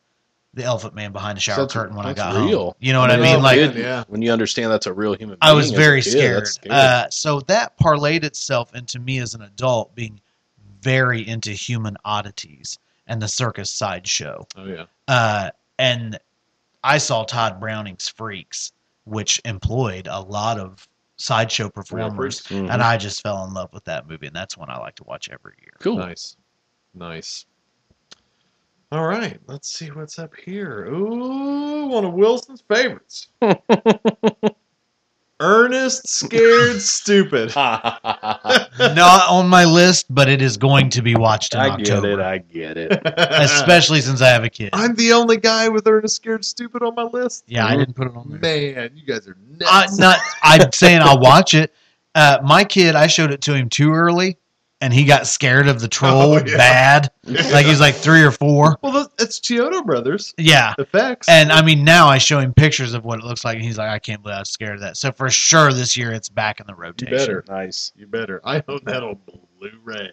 Speaker 7: the elephant man behind the shower
Speaker 8: That's-
Speaker 7: curtain when I
Speaker 8: that's
Speaker 7: got home.
Speaker 8: real.
Speaker 7: You know what I
Speaker 8: As a
Speaker 7: mean? Like,
Speaker 8: kid,
Speaker 5: yeah.
Speaker 8: when you understand that's a real human.
Speaker 7: I was
Speaker 8: being as a
Speaker 7: very
Speaker 8: kid,
Speaker 7: scared.
Speaker 8: that's scary.
Speaker 7: Uh, so that parlayed itself into me as an adult being very into human oddities and the circus sideshow.
Speaker 5: Oh yeah.
Speaker 7: Uh, and I saw Todd Browning's Freaks, which employed a lot of sideshow performers.
Speaker 8: Mhm.
Speaker 7: And uh, I just fell in love with that movie, and that's one I like to watch every year.
Speaker 8: cool.
Speaker 5: Nice. Nice. All right, let's see what's up here. Ooh, one of Wilson's favorites. Ernest Scared Stupid.
Speaker 8: I
Speaker 7: Not on my list, but it is going to be watched in
Speaker 8: get it.
Speaker 7: October,
Speaker 8: I get it.
Speaker 7: especially since I have a kid.
Speaker 5: I'm the only guy with Ernest Scared Stupid on my list.
Speaker 7: yeah, I didn't put it on there.
Speaker 5: Man, you guys are
Speaker 7: I,
Speaker 5: nuts.
Speaker 7: not, I'm saying I'll watch it. Uh, my kid, I showed it to him too early, and he got scared of the troll
Speaker 5: Oh, yeah.
Speaker 7: bad. Like he's like three or four.
Speaker 5: Well, that's- it's Chiodo Brothers
Speaker 7: Yeah.
Speaker 5: effects.
Speaker 7: And I mean, now I show him pictures of what it looks like, and he's like, I can't believe I was scared of that. So for sure, this year it's back in the
Speaker 5: you
Speaker 7: rotation.
Speaker 5: better, nice, you better. I own that on Blu-ray.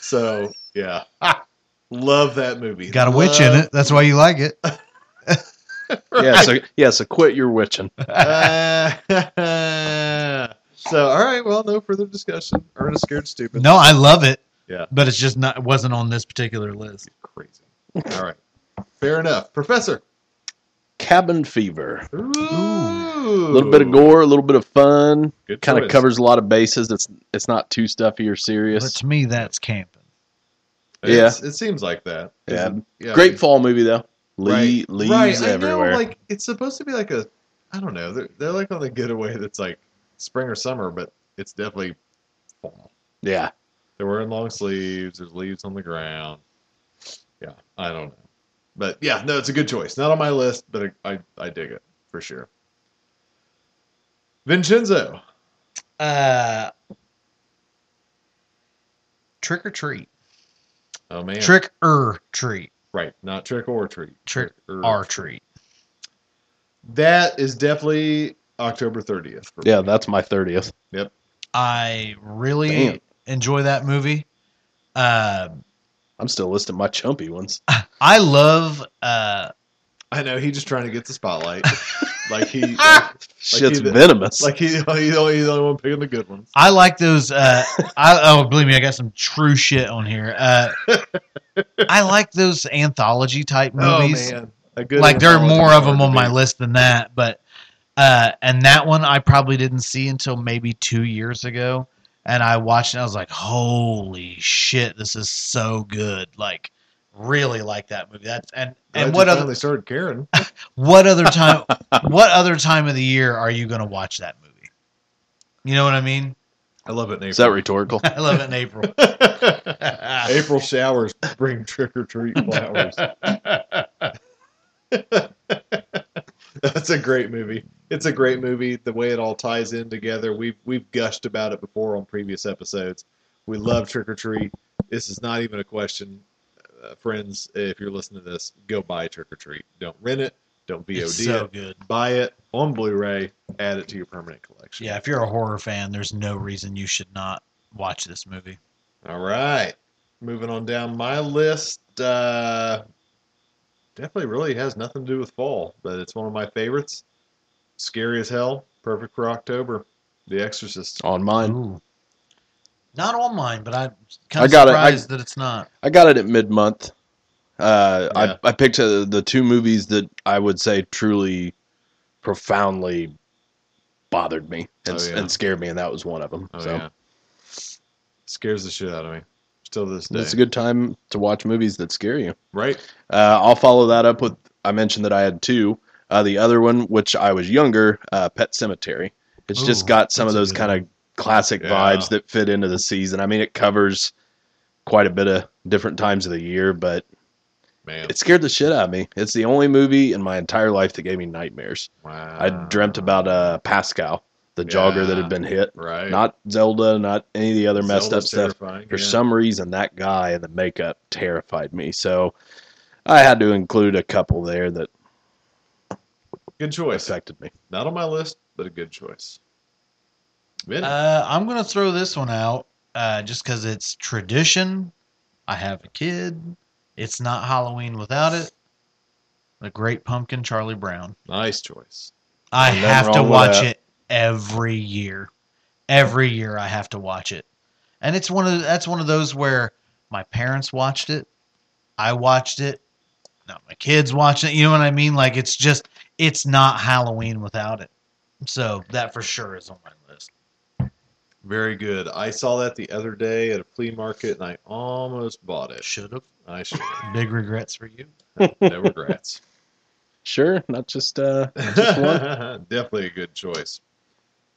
Speaker 5: So yeah, Ah, love that movie.
Speaker 7: Got a witch in
Speaker 5: Love-
Speaker 7: it. That's why you like it.
Speaker 8: Yeah, so yeah, so quit your witching.
Speaker 5: Uh, so all right, well, no further discussion. Ernest scared stupid.
Speaker 7: No, I love it.
Speaker 5: Yeah.
Speaker 7: But it's just not it wasn't on this particular list.
Speaker 5: crazy. All right, fair enough, Professor.
Speaker 8: Cabin fever.
Speaker 5: Ooh.
Speaker 8: A little bit of gore, a little bit of fun.
Speaker 5: Good
Speaker 8: Kind of
Speaker 5: choice.
Speaker 8: covers a lot of bases. It's it's not too stuffy or serious.
Speaker 7: But to me, that's camping.
Speaker 5: It's- It seems like that.
Speaker 8: Yeah.
Speaker 5: Isn't- yeah.
Speaker 8: Great fall movie though. Lee
Speaker 5: Right.
Speaker 8: leaves
Speaker 5: right. I
Speaker 8: everywhere.
Speaker 5: know, like it's supposed to be like a, I don't know. They're, they're like on the getaway that's like spring or summer, but it's definitely fall.
Speaker 8: yeah,
Speaker 5: They're wearing long sleeves. There's leaves on the ground. Yeah, I don't know, but yeah, no, it's a good choice. Not on my list, but I I, I dig it for sure. Vincenzo,
Speaker 7: Uh, trick or treat.
Speaker 5: oh man,
Speaker 7: Trick or treat.
Speaker 5: right? Not trick or treat.
Speaker 7: Trick
Speaker 5: or,
Speaker 7: Or treat.
Speaker 5: That is definitely October thirtieth.
Speaker 8: yeah, that's my thirtieth.
Speaker 7: I really
Speaker 8: Damn.
Speaker 7: enjoy that movie. Uh,
Speaker 8: I'm still listing my chumpy ones.
Speaker 7: I love. Uh,
Speaker 5: I know he's just trying to get the spotlight, like he.
Speaker 7: Ah!
Speaker 8: Shit's
Speaker 5: you-
Speaker 8: venomous.
Speaker 5: Like he, he's the only, he's the only one picking the good ones.
Speaker 7: I like those. Uh, I oh, believe me, I got some true shit on here. Uh, I like those anthology type movies.
Speaker 5: Oh, man, a good
Speaker 7: like there are
Speaker 5: anthology
Speaker 7: more
Speaker 5: is
Speaker 7: of them
Speaker 5: hard to
Speaker 7: on my
Speaker 5: beat.
Speaker 7: list than that but uh and that one i probably didn't see until maybe two years ago and i watched it and i was like holy shit this is so good like really like that movie that's and
Speaker 5: Glad
Speaker 7: and
Speaker 5: you
Speaker 7: what
Speaker 5: finally
Speaker 7: other
Speaker 5: started caring?
Speaker 7: what other time what other time of the year are you going to watch that movie you know what i mean
Speaker 5: I love it, April.
Speaker 8: Is that rhetorical?
Speaker 7: i love it in april
Speaker 5: April showers bring trick or treat flowers. That's a great movie. It's a great movie. The way it all ties in together. We've we've gushed about it before on previous episodes. We love trick or treat. This is not even a question, uh, friends. If you're listening to this, go buy trick or treat. Don't rent it. Don't VOD
Speaker 7: it's so
Speaker 5: it.
Speaker 7: good
Speaker 5: Buy it on Blu-ray. Add it to your permanent collection.
Speaker 7: yeah if you're a horror fan there's no reason you should not watch this movie
Speaker 5: All right. Moving on down my list. Uh, definitely really has nothing to do with fall, but it's one of my favorites. Scary as hell. Perfect for October. The Exorcist.
Speaker 8: On mine.
Speaker 7: Ooh. Not on mine, but I'm kind
Speaker 8: I
Speaker 7: of
Speaker 8: got it. I-
Speaker 7: surprised that it's not.
Speaker 8: I got it at mid month. Uh,
Speaker 5: Yeah.
Speaker 8: I, I picked uh, the two movies that I would say truly profoundly bothered me and,
Speaker 5: Oh, yeah.
Speaker 8: and scared me, and that was one of them.
Speaker 5: Oh,
Speaker 8: so
Speaker 5: yeah. Scares the shit out of me. Still to this day.
Speaker 8: it's a good time to watch movies that scare you.
Speaker 5: Right?
Speaker 8: Uh, I'll follow that up with I mentioned that I had two. Uh, the other one, which I was younger, uh, Pet Cemetery. It's just
Speaker 7: Ooh,
Speaker 8: got some of
Speaker 7: that's a
Speaker 8: those
Speaker 7: good
Speaker 8: kind of classic
Speaker 5: Yeah.
Speaker 8: vibes that fit into the season. I mean, it covers quite a bit of different times of the year, but
Speaker 5: Man.
Speaker 8: It scared the shit out of me. It's the only movie in my entire life that gave me nightmares.
Speaker 5: wow.
Speaker 8: I dreamt about uh, Pascal, the jogger that
Speaker 5: Uh-huh. Yeah.
Speaker 8: had been hit.
Speaker 5: Right.
Speaker 8: Not Zelda, not any of the other messed up
Speaker 5: Zelda's
Speaker 8: stuff.
Speaker 5: terrifying,
Speaker 8: For
Speaker 5: yeah.
Speaker 8: some reason, that guy and the makeup terrified me. So I had to include a couple there that
Speaker 5: Good choice.
Speaker 8: affected me.
Speaker 5: Not on my list, but a good choice. Vin,
Speaker 7: Uh, I'm going to throw this one out uh, just because it's tradition. I have a kid. It's not Halloween without it. The Great Pumpkin, Charlie Brown.
Speaker 5: nice choice.
Speaker 7: I
Speaker 8: Ain't nothing
Speaker 7: have to
Speaker 8: wrong with
Speaker 7: watch
Speaker 8: that.
Speaker 7: it every year. Every year I have to watch it. And it's one of that's one of those where my parents watched it. I watched it. Not my kids watched it. You know what I mean? Like it's just it's not Halloween without it. So that for sure is on my list.
Speaker 5: Very good. I saw that the other day at a flea market and I almost bought it.
Speaker 7: Should have.
Speaker 5: I should have.
Speaker 7: Big regrets for you.
Speaker 5: no regrets.
Speaker 8: Sure, not just uh, just one?
Speaker 5: Definitely a good choice.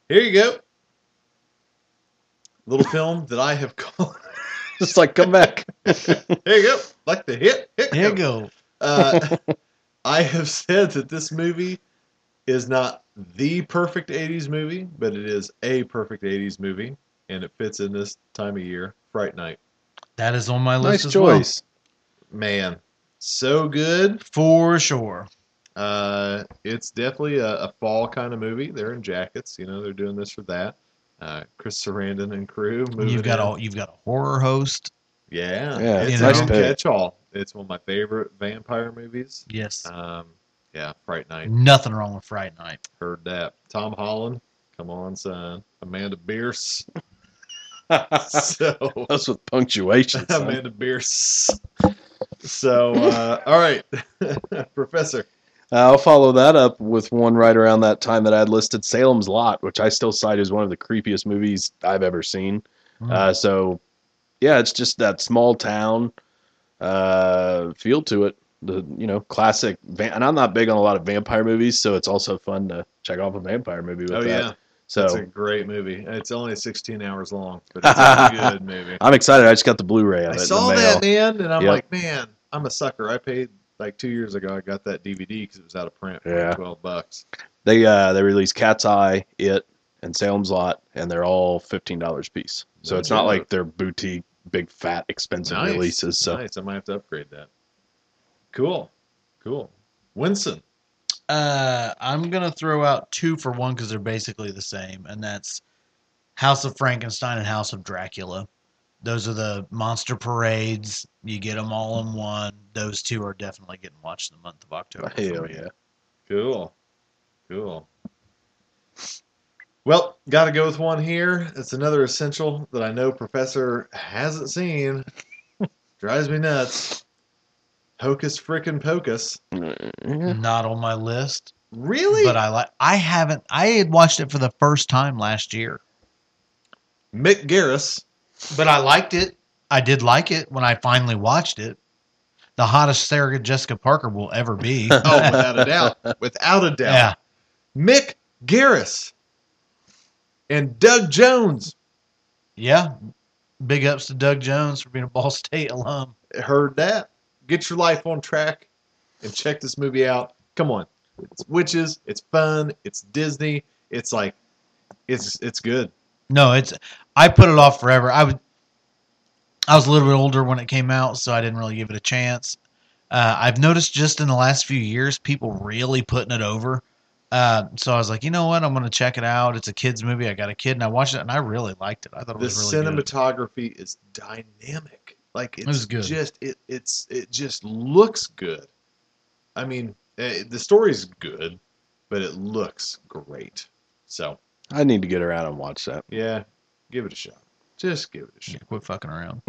Speaker 5: Here you go. Little film that I have called.
Speaker 8: just like come back.
Speaker 5: Here you go. Like the hit. hit
Speaker 7: There you go.
Speaker 5: Uh, I have said that this movie is not the perfect 80s movie, but it is a perfect 80s movie. and it fits in this time of year. Fright Night.
Speaker 7: That is on my list.
Speaker 8: Nice
Speaker 7: as well.
Speaker 8: choice.
Speaker 5: Man, so good.
Speaker 7: for sure.
Speaker 5: Uh, it's definitely a, a fall kind of movie. They're in jackets, you know. They're doing this for that. Uh, Chris Sarandon and crew. Moving
Speaker 7: You've got
Speaker 5: in.
Speaker 7: all you've got a horror host.
Speaker 5: Yeah,
Speaker 8: Yeah,
Speaker 5: it's
Speaker 7: it's
Speaker 5: like
Speaker 7: nice
Speaker 5: a
Speaker 8: pick.
Speaker 5: catch-all. It's one of my favorite vampire movies.
Speaker 7: Yes.
Speaker 5: Um, yeah, Fright Night.
Speaker 7: Nothing wrong with Fright Night.
Speaker 5: Heard that. Tom Holland. Come on, son. Amanda Bierce. so
Speaker 8: That's with punctuation. son.
Speaker 5: Amanda Bierce. So, uh, all right, Professor.
Speaker 8: I'll follow that up with one right around that time that I had listed Salem's Lot, which I still cite as one of the creepiest movies I've ever seen.
Speaker 7: Mm.
Speaker 5: Hmm.
Speaker 8: Uh, so, yeah, it's just that small town uh, feel to it. The you know classic, va- and I'm not big on a lot of vampire movies, so it's also fun to check off a vampire movie with
Speaker 5: Oh
Speaker 8: that.
Speaker 5: yeah, it's a
Speaker 8: So
Speaker 5: great movie. It's only 16 hours long, but it's a good movie.
Speaker 8: I'm excited. I just got the Blu-ray of
Speaker 5: I
Speaker 8: it. in the
Speaker 5: saw that
Speaker 8: mail.
Speaker 5: man, and I'm
Speaker 8: Yep.
Speaker 5: like, man, I'm a sucker. I paid like two years ago. I got that DVD because it was out of print for
Speaker 8: Yeah.
Speaker 5: 12 bucks.
Speaker 8: They uh, they released Cat's Eye, It, and Salem's Lot, and they're all fifteen dollars piece. So
Speaker 5: No
Speaker 8: it's not
Speaker 5: joke.
Speaker 8: like they're boutique, big fat, expensive
Speaker 5: Nice.
Speaker 8: releases. So
Speaker 5: Nice. I might have to upgrade that. Cool, cool. Winston.
Speaker 7: Uh, I'm gonna throw out two for one because they're basically the same, and that's House of Frankenstein and House of Dracula. Those are the monster parades. You get them all in one. Those two are definitely getting watched in the month of October. for
Speaker 8: hell
Speaker 7: me.
Speaker 8: yeah,
Speaker 5: Cool. Cool. Well, got to go with one here. It's another essential that I know Professor hasn't seen. Drives me nuts. Hocus frickin' pocus.
Speaker 7: Not on my list,
Speaker 5: Really?
Speaker 7: but I like. I haven't. I had watched it for the first time last year,
Speaker 5: Mick Garris.
Speaker 7: but I liked it. I did like it when I finally watched it. The hottest Sarah Jessica Parker will ever be.
Speaker 5: Oh, without a doubt. Without a doubt.
Speaker 7: yeah,
Speaker 5: Mick Garris. And Doug Jones.
Speaker 7: yeah. Big ups to Doug Jones for being a Ball State alum.
Speaker 5: Heard that. Get your life on track and check this movie out. Come on. It's witches. It's fun. It's Disney. It's like, it's it's good.
Speaker 7: No, it's I put it off forever. I would I was a little bit older when it came out, so I didn't really give it a chance. Uh, I've noticed just in the last few years, people really putting it over. Uh, so I was like, you know what? I'm going to check it out. It's a kids movie. I got a kid, and I watched it, and I really liked it. I thought it
Speaker 5: The
Speaker 7: was really good.
Speaker 5: cinematography is dynamic. Like it's
Speaker 7: was good.
Speaker 5: just it it's it just looks good. I mean, eh, the story's good, but it looks great. So,
Speaker 8: I need to get around and watch that.
Speaker 5: yeah, give it a shot. Just give it a shot.
Speaker 7: Yeah, quit fucking around.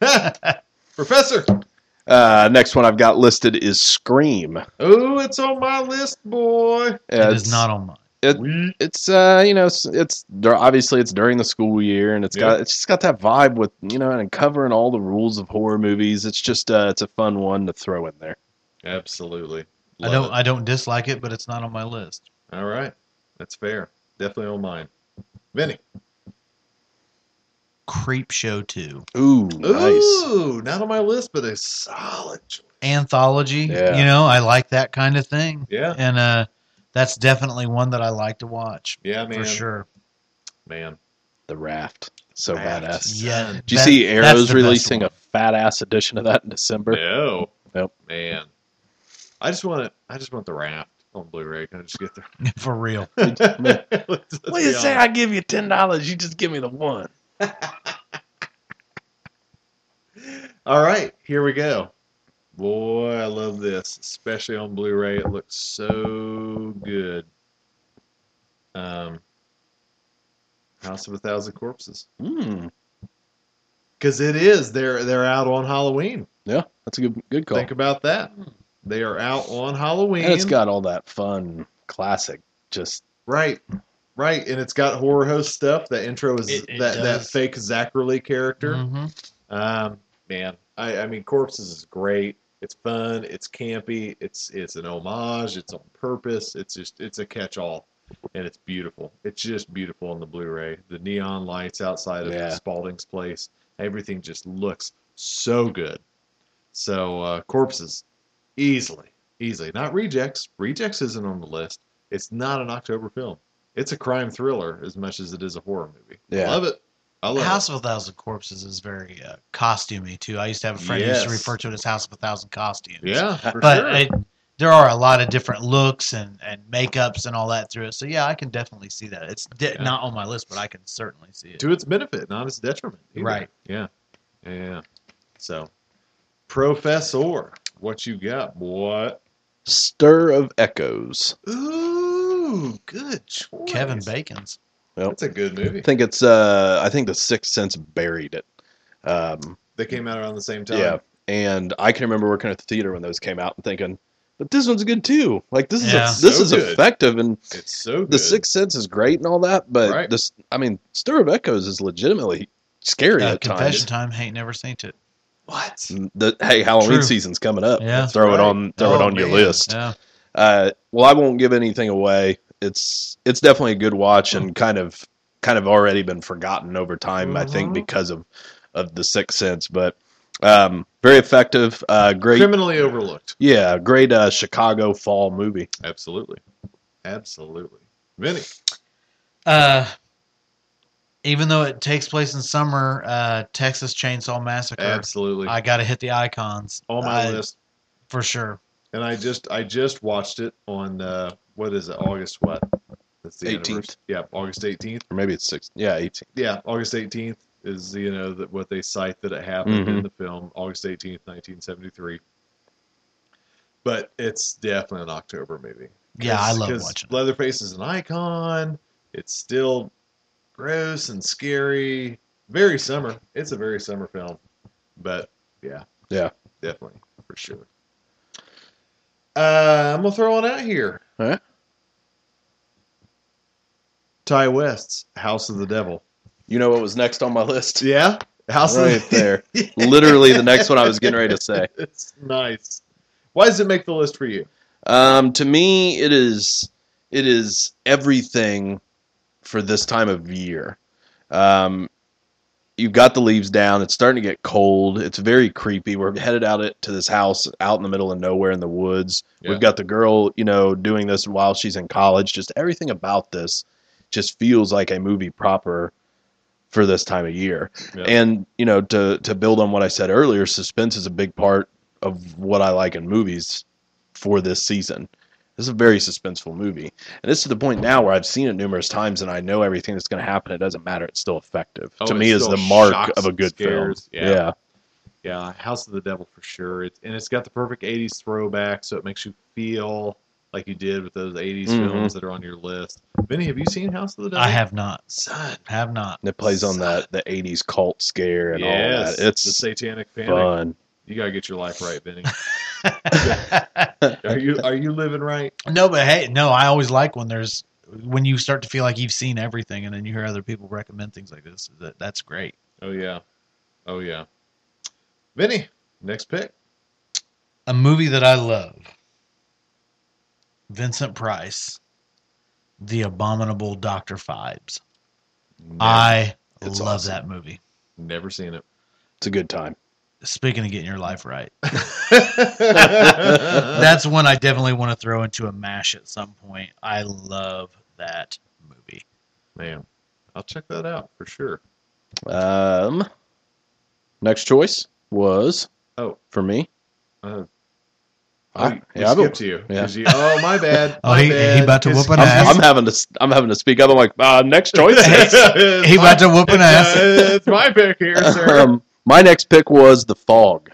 Speaker 5: Professor.
Speaker 8: Uh, next one I've got listed is Scream.
Speaker 5: Oh, it's on my list, boy.
Speaker 8: It's,
Speaker 7: it is not on mine.
Speaker 8: It's uh, you know, it's, it's dur- obviously it's during the school year, and it's got it's just got that vibe with you know, and covering all the rules of horror movies. It's just uh, it's a fun one to throw in there.
Speaker 5: Absolutely.
Speaker 7: I don't. I don't dislike it, but it's not on my list.
Speaker 5: All right. That's fair. Definitely on mine. Vinny.
Speaker 7: Creep Show Two
Speaker 8: Ooh, nice.
Speaker 5: Ooh, not on my list, but a solid choice.
Speaker 7: anthology.
Speaker 8: Yeah.
Speaker 7: You know, I like that kind of thing,
Speaker 5: Yeah.
Speaker 7: and uh, that's definitely one that I like to watch
Speaker 5: Yeah, man.
Speaker 7: for sure.
Speaker 5: Man.
Speaker 8: The raft, so
Speaker 5: Raft.
Speaker 8: badass.
Speaker 7: Yeah.
Speaker 8: Did you
Speaker 7: that-
Speaker 8: see
Speaker 7: that's the
Speaker 8: Arrows
Speaker 7: best
Speaker 8: releasing
Speaker 7: one.
Speaker 8: a fat ass edition of that in December?
Speaker 5: No.
Speaker 8: Nope.
Speaker 5: Man. I just want it. I just want the raft on Blu-ray. Can I just get there?
Speaker 7: for real?
Speaker 8: What do you say? I give you ten dollars, you just give me the one.
Speaker 5: All right, here we go. Boy, I love this, especially on Blu-ray. It looks so good. Um, House of a Thousand Corpses,
Speaker 8: Mm,
Speaker 5: because it is. They're they're out on Halloween.
Speaker 8: yeah, that's a good good call.
Speaker 5: Think about that. They are out on Halloween.
Speaker 8: And it's got all that fun classic, just
Speaker 5: right, right, and it's got horror host stuff. That intro is
Speaker 7: It- it
Speaker 5: that that
Speaker 7: does.
Speaker 5: fake Zachary character.
Speaker 8: Mm-hmm.
Speaker 7: Mhm.
Speaker 5: Um, man, I, I mean, Corpses is great. It's fun. It's campy. It's it's an homage. It's on purpose. It's just it's a catch-all, and it's beautiful. It's just beautiful on the Blu-ray. The neon lights outside of
Speaker 8: Yeah.
Speaker 5: Spalding's place. Everything just looks so good. So uh, Corpses, easily, easily. Not Rejects. Rejects isn't on the list. It's not an October film. It's a crime thriller as much as it is a horror movie.
Speaker 8: Yeah.
Speaker 5: Love it. I I love
Speaker 7: House of a Thousand Corpses is very uh, costumey too. I used to have a friend who used to
Speaker 5: Yes.
Speaker 7: refer to it as House of a Thousand Costumes.
Speaker 5: it. Yeah, for
Speaker 7: but
Speaker 5: sure.
Speaker 7: it, there are a lot of different looks and and makeups and all that through it. So yeah, I can definitely see that. It's de-
Speaker 5: Yeah.
Speaker 7: not on my list, but I can certainly see it.
Speaker 5: to its benefit, not its detriment. either.
Speaker 7: Right.
Speaker 5: Yeah. Yeah, Yeah. So, Professor, what you got, boy?
Speaker 8: Stir of Echoes.
Speaker 5: Ooh, good choice.
Speaker 7: Kevin Bacon's. uh,
Speaker 5: That's a good
Speaker 8: I
Speaker 5: movie.
Speaker 8: think it's uh I think the Sixth Sense buried it. Um
Speaker 5: They came out around the same time.
Speaker 8: yeah. And I can remember working at the theater when those came out and thinking, but this one's good too. Like this is
Speaker 7: Yeah.
Speaker 8: a, this
Speaker 5: So
Speaker 8: is
Speaker 5: good.
Speaker 8: effective and
Speaker 5: It's so good.
Speaker 8: the Sixth Sense is great and all that, but
Speaker 5: Right.
Speaker 8: this I mean, Stir of Echoes is legitimately scary
Speaker 7: Uh,
Speaker 8: at times. Mm,
Speaker 7: confession time. Ain't never seen it.
Speaker 5: What?
Speaker 8: The, hey, Halloween
Speaker 7: True.
Speaker 8: season's coming up.
Speaker 7: Yeah.
Speaker 8: throw it
Speaker 5: right.
Speaker 8: on throw it
Speaker 7: Oh,
Speaker 8: on your
Speaker 7: man.
Speaker 8: list.
Speaker 7: Yeah.
Speaker 8: Uh, well, I won't give anything away. It's it's definitely a good watch
Speaker 7: Mm-hmm.
Speaker 8: and kind of kind of already been forgotten over time. I think
Speaker 7: Mm-hmm.
Speaker 5: Mhm.
Speaker 8: because of of the Sixth Sense, but um, very effective. Uh, great,
Speaker 5: Criminally overlooked.
Speaker 8: yeah, great uh, Chicago fall movie.
Speaker 5: Absolutely. Absolutely. Vinny.
Speaker 7: Uh, even though it takes place in summer, uh, Texas Chainsaw Massacre.
Speaker 5: Absolutely.
Speaker 7: I gotta hit the icons
Speaker 5: on my
Speaker 7: I-
Speaker 5: list.
Speaker 7: for sure.
Speaker 5: And I just I just watched it on uh what is it? August what? That's the
Speaker 8: 18th.
Speaker 5: anniversary. Yeah, August 18th.
Speaker 8: Or maybe it's six. Yeah, eighteen.
Speaker 5: yeah, August 18th is you know that what they cite that it happened in
Speaker 7: Mm-hmm.
Speaker 8: Mhm.
Speaker 5: the film August 18th, 1973. But it's definitely an October movie. 'Cause-
Speaker 7: Yeah, I love
Speaker 5: 'cause
Speaker 7: watching. it.
Speaker 5: Leatherface is an icon. It's still gross and scary. Very summer. It's a very summer film. But yeah.
Speaker 8: Yeah.
Speaker 5: Definitely for sure. Uh, I'm gonna throw one out here.
Speaker 8: All right.
Speaker 5: Ty West's House of the Devil.
Speaker 8: You know what was next on my list?
Speaker 5: Yeah, House
Speaker 8: right
Speaker 5: of
Speaker 8: there.
Speaker 5: Yeah.
Speaker 8: Literally the next one I was getting ready to say.
Speaker 5: It's nice. Why does it make the list for you?
Speaker 8: Um, to me, it is it is everything for this time of year. Um, you've got the leaves down. It's starting to get cold. It's very creepy. We're headed out it, to this house out in the middle of nowhere in the woods.
Speaker 5: Yeah.
Speaker 8: We've got the girl, you know, doing this while she's in college. Just everything about this just feels like a movie proper for this time of year.
Speaker 5: Yeah.
Speaker 8: And you know, to to build on what I said earlier, suspense is a big part of what I like in movies for this season. This is a very suspenseful movie. And it's to the point now where I've seen it numerous times and I know everything that's going to happen. It doesn't matter. It's still effective.
Speaker 5: Oh,
Speaker 8: to
Speaker 5: it
Speaker 8: me, is
Speaker 5: still
Speaker 8: the mark
Speaker 5: shocks
Speaker 8: of a
Speaker 5: and
Speaker 8: good
Speaker 5: scares.
Speaker 8: film.
Speaker 5: Yeah.
Speaker 8: Yeah.
Speaker 5: Yeah, House of the Devil for sure. It, and it's got the perfect '80s throwback, so it makes you feel like you did with those '80s
Speaker 8: Mhm.
Speaker 5: films that are on your list. Vinny, have you seen House of the Devil?
Speaker 7: I have not.
Speaker 5: Son,
Speaker 7: Have not.
Speaker 8: And it plays on that the 80s cult scare and all
Speaker 5: yes,
Speaker 8: that.
Speaker 5: the
Speaker 8: It's
Speaker 5: Satanic Panic.
Speaker 8: fun.
Speaker 5: You gotta get your life right, Vinny. are you are you living right?
Speaker 7: No, but hey, no, I always like when there's when you start to feel like you've seen everything, and then you hear other people recommend things like this. That that's great.
Speaker 5: Oh yeah, oh yeah. Vinny, next pick.
Speaker 7: A movie that I love, Vincent Price, The Abominable Doctor Fibes.
Speaker 5: Never,
Speaker 7: I
Speaker 8: It's
Speaker 7: love
Speaker 8: awesome.
Speaker 7: that movie.
Speaker 5: never seen it.
Speaker 8: It's a good time.
Speaker 7: Speaking of getting your life right,
Speaker 5: that
Speaker 7: that's one I definitely want to throw into a mash at some point. I love that movie.
Speaker 5: man, I'll check that out for sure.
Speaker 8: Um, next choice was
Speaker 5: Oh.
Speaker 8: for me.
Speaker 5: Oh.
Speaker 8: I,
Speaker 5: oh, we
Speaker 8: yeah, I've been-
Speaker 5: skipped you.
Speaker 8: yeah.
Speaker 5: 'Cause you- Oh, my bad.
Speaker 7: Oh,
Speaker 5: my
Speaker 7: he- he
Speaker 5: bad.
Speaker 7: about to
Speaker 5: His-
Speaker 7: whoop an
Speaker 8: I'm,
Speaker 7: ass.
Speaker 8: I'm having to. s- I'm having to speak up. I'm like, uh, next choice.
Speaker 5: It's
Speaker 7: He
Speaker 5: my-
Speaker 7: about to whoop an
Speaker 5: it's,
Speaker 7: ass.
Speaker 5: uh, it's my pick here, sir.
Speaker 8: um, my next pick was the fog.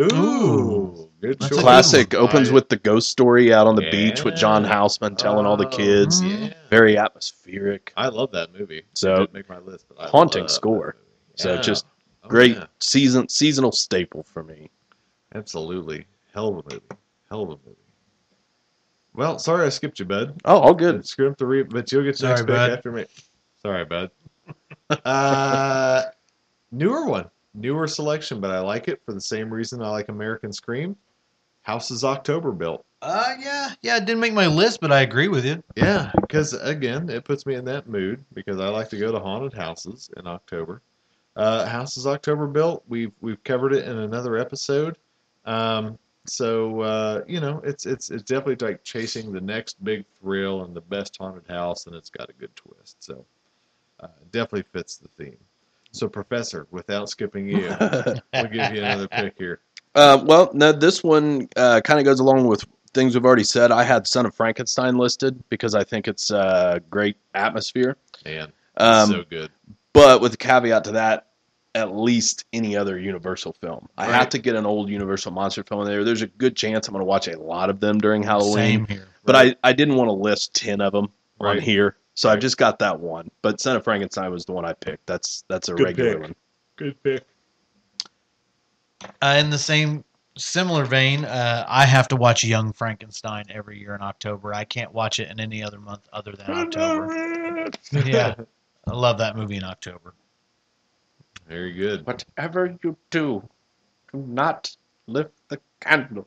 Speaker 5: Ooh, good
Speaker 7: That's a
Speaker 5: choice.
Speaker 8: Classic
Speaker 5: I-
Speaker 8: opens with the ghost story out on the beach with
Speaker 5: Oh, Yeah.
Speaker 8: John Houseman telling all the
Speaker 5: Oh,
Speaker 8: kids.
Speaker 5: Yeah.
Speaker 7: Mm-hmm.
Speaker 8: Very atmospheric.
Speaker 5: I love that movie. It
Speaker 8: So,
Speaker 5: didn't make my list, but I
Speaker 8: haunting
Speaker 5: love that
Speaker 8: score.
Speaker 5: movie.
Speaker 8: So
Speaker 5: Yeah.
Speaker 8: just
Speaker 5: Oh,
Speaker 8: Great
Speaker 5: yeah.
Speaker 8: season seasonal staple for me.
Speaker 5: Absolutely, hell of a movie. Hell of a movie. Well, sorry I skipped you, bud.
Speaker 8: Oh, all
Speaker 5: Good.
Speaker 8: good.
Speaker 5: Screw up the re, but you'll get the
Speaker 7: Sorry,
Speaker 5: next pick
Speaker 7: bud.
Speaker 5: after me. Sorry, bud. uh, newer one, newer selection, but I like it for the same reason I like American Scream. House is October built.
Speaker 7: Uh, yeah, yeah, it didn't make my list, but I agree with you.
Speaker 5: Yeah, because again, it puts me in that mood because I like to go to haunted houses in October. Uh, House is October built. We've we've covered it in another episode. Um, so uh, you know, it's it's it's definitely like chasing the next big thrill and the best haunted house, and it's got a good twist. So uh, definitely fits the theme. So, Professor, without skipping you, we'll give you another pick here.
Speaker 8: Uh, well, no, this one uh, kind of goes along with things we've already said. I had Son of Frankenstein listed because I think it's a uh, great atmosphere.
Speaker 5: Man,
Speaker 8: Um,
Speaker 5: so good.
Speaker 8: but with the caveat to that, at least any other Universal film. I
Speaker 5: Right.
Speaker 8: have to get an old Universal monster film in there. There's a good chance I'm going to watch a lot of them during Halloween.
Speaker 7: Same here.
Speaker 8: But I, I didn't want to list 10 of them
Speaker 5: Right.
Speaker 8: on here. So
Speaker 5: Right.
Speaker 8: I've just got that one. But Son of Frankenstein was the one I picked. That's that's a
Speaker 5: Good
Speaker 8: regular
Speaker 5: pick.
Speaker 8: one.
Speaker 5: Good pick.
Speaker 7: Uh, in the same similar vein, uh, I have to watch Young Frankenstein every year in October. I can't watch it in any other month other than October. Yeah, I love that movie in October.
Speaker 5: Very good.
Speaker 8: Whatever you do, do not lift the candle.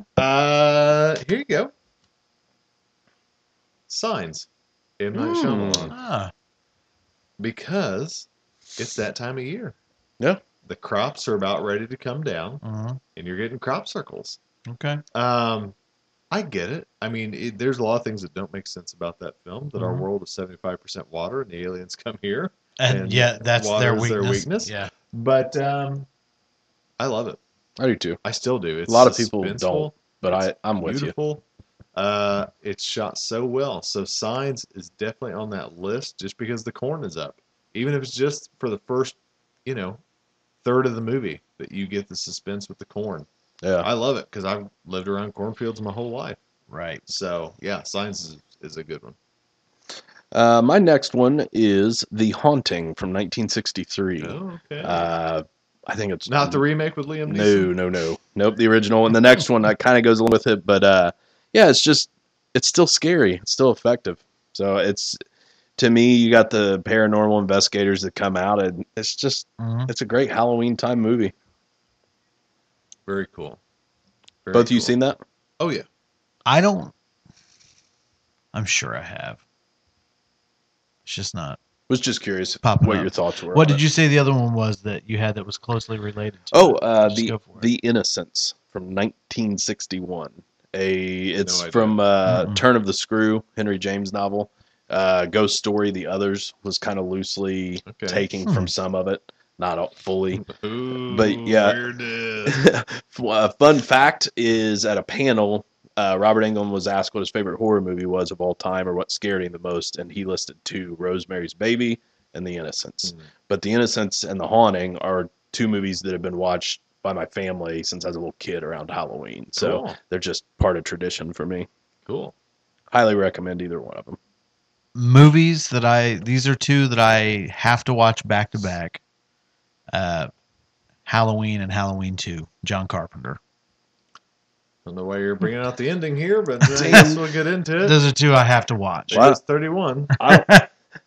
Speaker 5: uh, here you go. Signs. M. Night
Speaker 8: Mm.
Speaker 5: Shyamalan.
Speaker 7: Ah,
Speaker 5: Because it's that time of year.
Speaker 8: Yeah.
Speaker 5: The crops are about ready to come down,
Speaker 7: mhm,
Speaker 5: and you're getting crop circles.
Speaker 7: okay.
Speaker 5: Um, I get it. I mean, it, there's a lot of things that don't make sense about that film. That our
Speaker 8: Mm-hmm.
Speaker 7: Mhm.
Speaker 5: world is 75% water, and the aliens come here.
Speaker 7: And,
Speaker 5: And
Speaker 7: yeah, that's
Speaker 5: water
Speaker 7: their
Speaker 5: is
Speaker 7: weakness.
Speaker 5: their weakness?
Speaker 7: Yeah,
Speaker 5: But um, I love it.
Speaker 8: I do too.
Speaker 5: I still do. It's
Speaker 8: A lot of people
Speaker 5: suspenseful.
Speaker 8: don't, but I, I'm with you.
Speaker 5: beautiful. Uh, it's shot so well. So Signs is definitely on that list just because the corn is up. Even if it's just for the first, you know, third of the movie that you get the suspense with the corn.
Speaker 8: Yeah.
Speaker 5: I love it because I've lived around cornfields my whole life.
Speaker 7: right.
Speaker 5: So yeah, Signs is, is a good one.
Speaker 8: Uh, my next one is The Haunting from 1963.
Speaker 5: Oh, okay.
Speaker 8: Uh, I think it's
Speaker 5: Not the remake with Liam
Speaker 8: no,
Speaker 5: Neeson.
Speaker 8: no, no, nope. The original and the next one that kind of goes along with it, but uh, yeah, it's just it's still scary. It's still effective. So it's to me, you got the paranormal investigators that come out, and it's just
Speaker 7: mhm.
Speaker 8: it's a great Halloween time movie.
Speaker 5: Very cool. Very
Speaker 8: Both of you
Speaker 5: cool.
Speaker 8: seen that?
Speaker 5: Oh yeah.
Speaker 7: I don't. I'm sure I have. It's just not.
Speaker 8: Was just curious
Speaker 7: Popping
Speaker 8: what
Speaker 7: up.
Speaker 8: your thoughts were.
Speaker 7: What
Speaker 8: on
Speaker 7: did
Speaker 8: it.
Speaker 7: you say the other one was that you had that was closely related to?
Speaker 8: Oh,
Speaker 7: it?
Speaker 8: uh,
Speaker 7: Just
Speaker 8: the
Speaker 7: go for it.
Speaker 8: the Innocents from 1961. A it's
Speaker 5: idea.
Speaker 8: from uh,
Speaker 7: Mm-mm.
Speaker 8: Turn of the Screw, Henry James novel. Uh, Ghost Story, The Others was kind of loosely
Speaker 5: Okay.
Speaker 8: taking
Speaker 7: Hmm.
Speaker 8: from some of it, not all- fully.
Speaker 5: Ooh,
Speaker 8: But, yeah.
Speaker 5: weirdness.
Speaker 8: Uh, Fun fact is at a panel, uh, Robert Englund was asked what his favorite horror movie was of all time or what scared him the most, and he listed two: Rosemary's Baby and The Innocents.
Speaker 5: Hmm.
Speaker 8: But The Innocents and The Haunting are two movies that have been watched by my family since I was a little kid around Halloween. So
Speaker 5: Cool.
Speaker 8: they're just part of tradition for me.
Speaker 5: cool.
Speaker 8: Highly recommend either one of them.
Speaker 7: movies that I these are two that I have to watch back to back. Uh Halloween and Halloween 2, John Carpenter.
Speaker 5: I don't know why you're bringing out the ending here, but I guess we'll get into it.
Speaker 7: Those are two I have to watch.
Speaker 8: Wow.
Speaker 5: It's 31.
Speaker 8: I don't,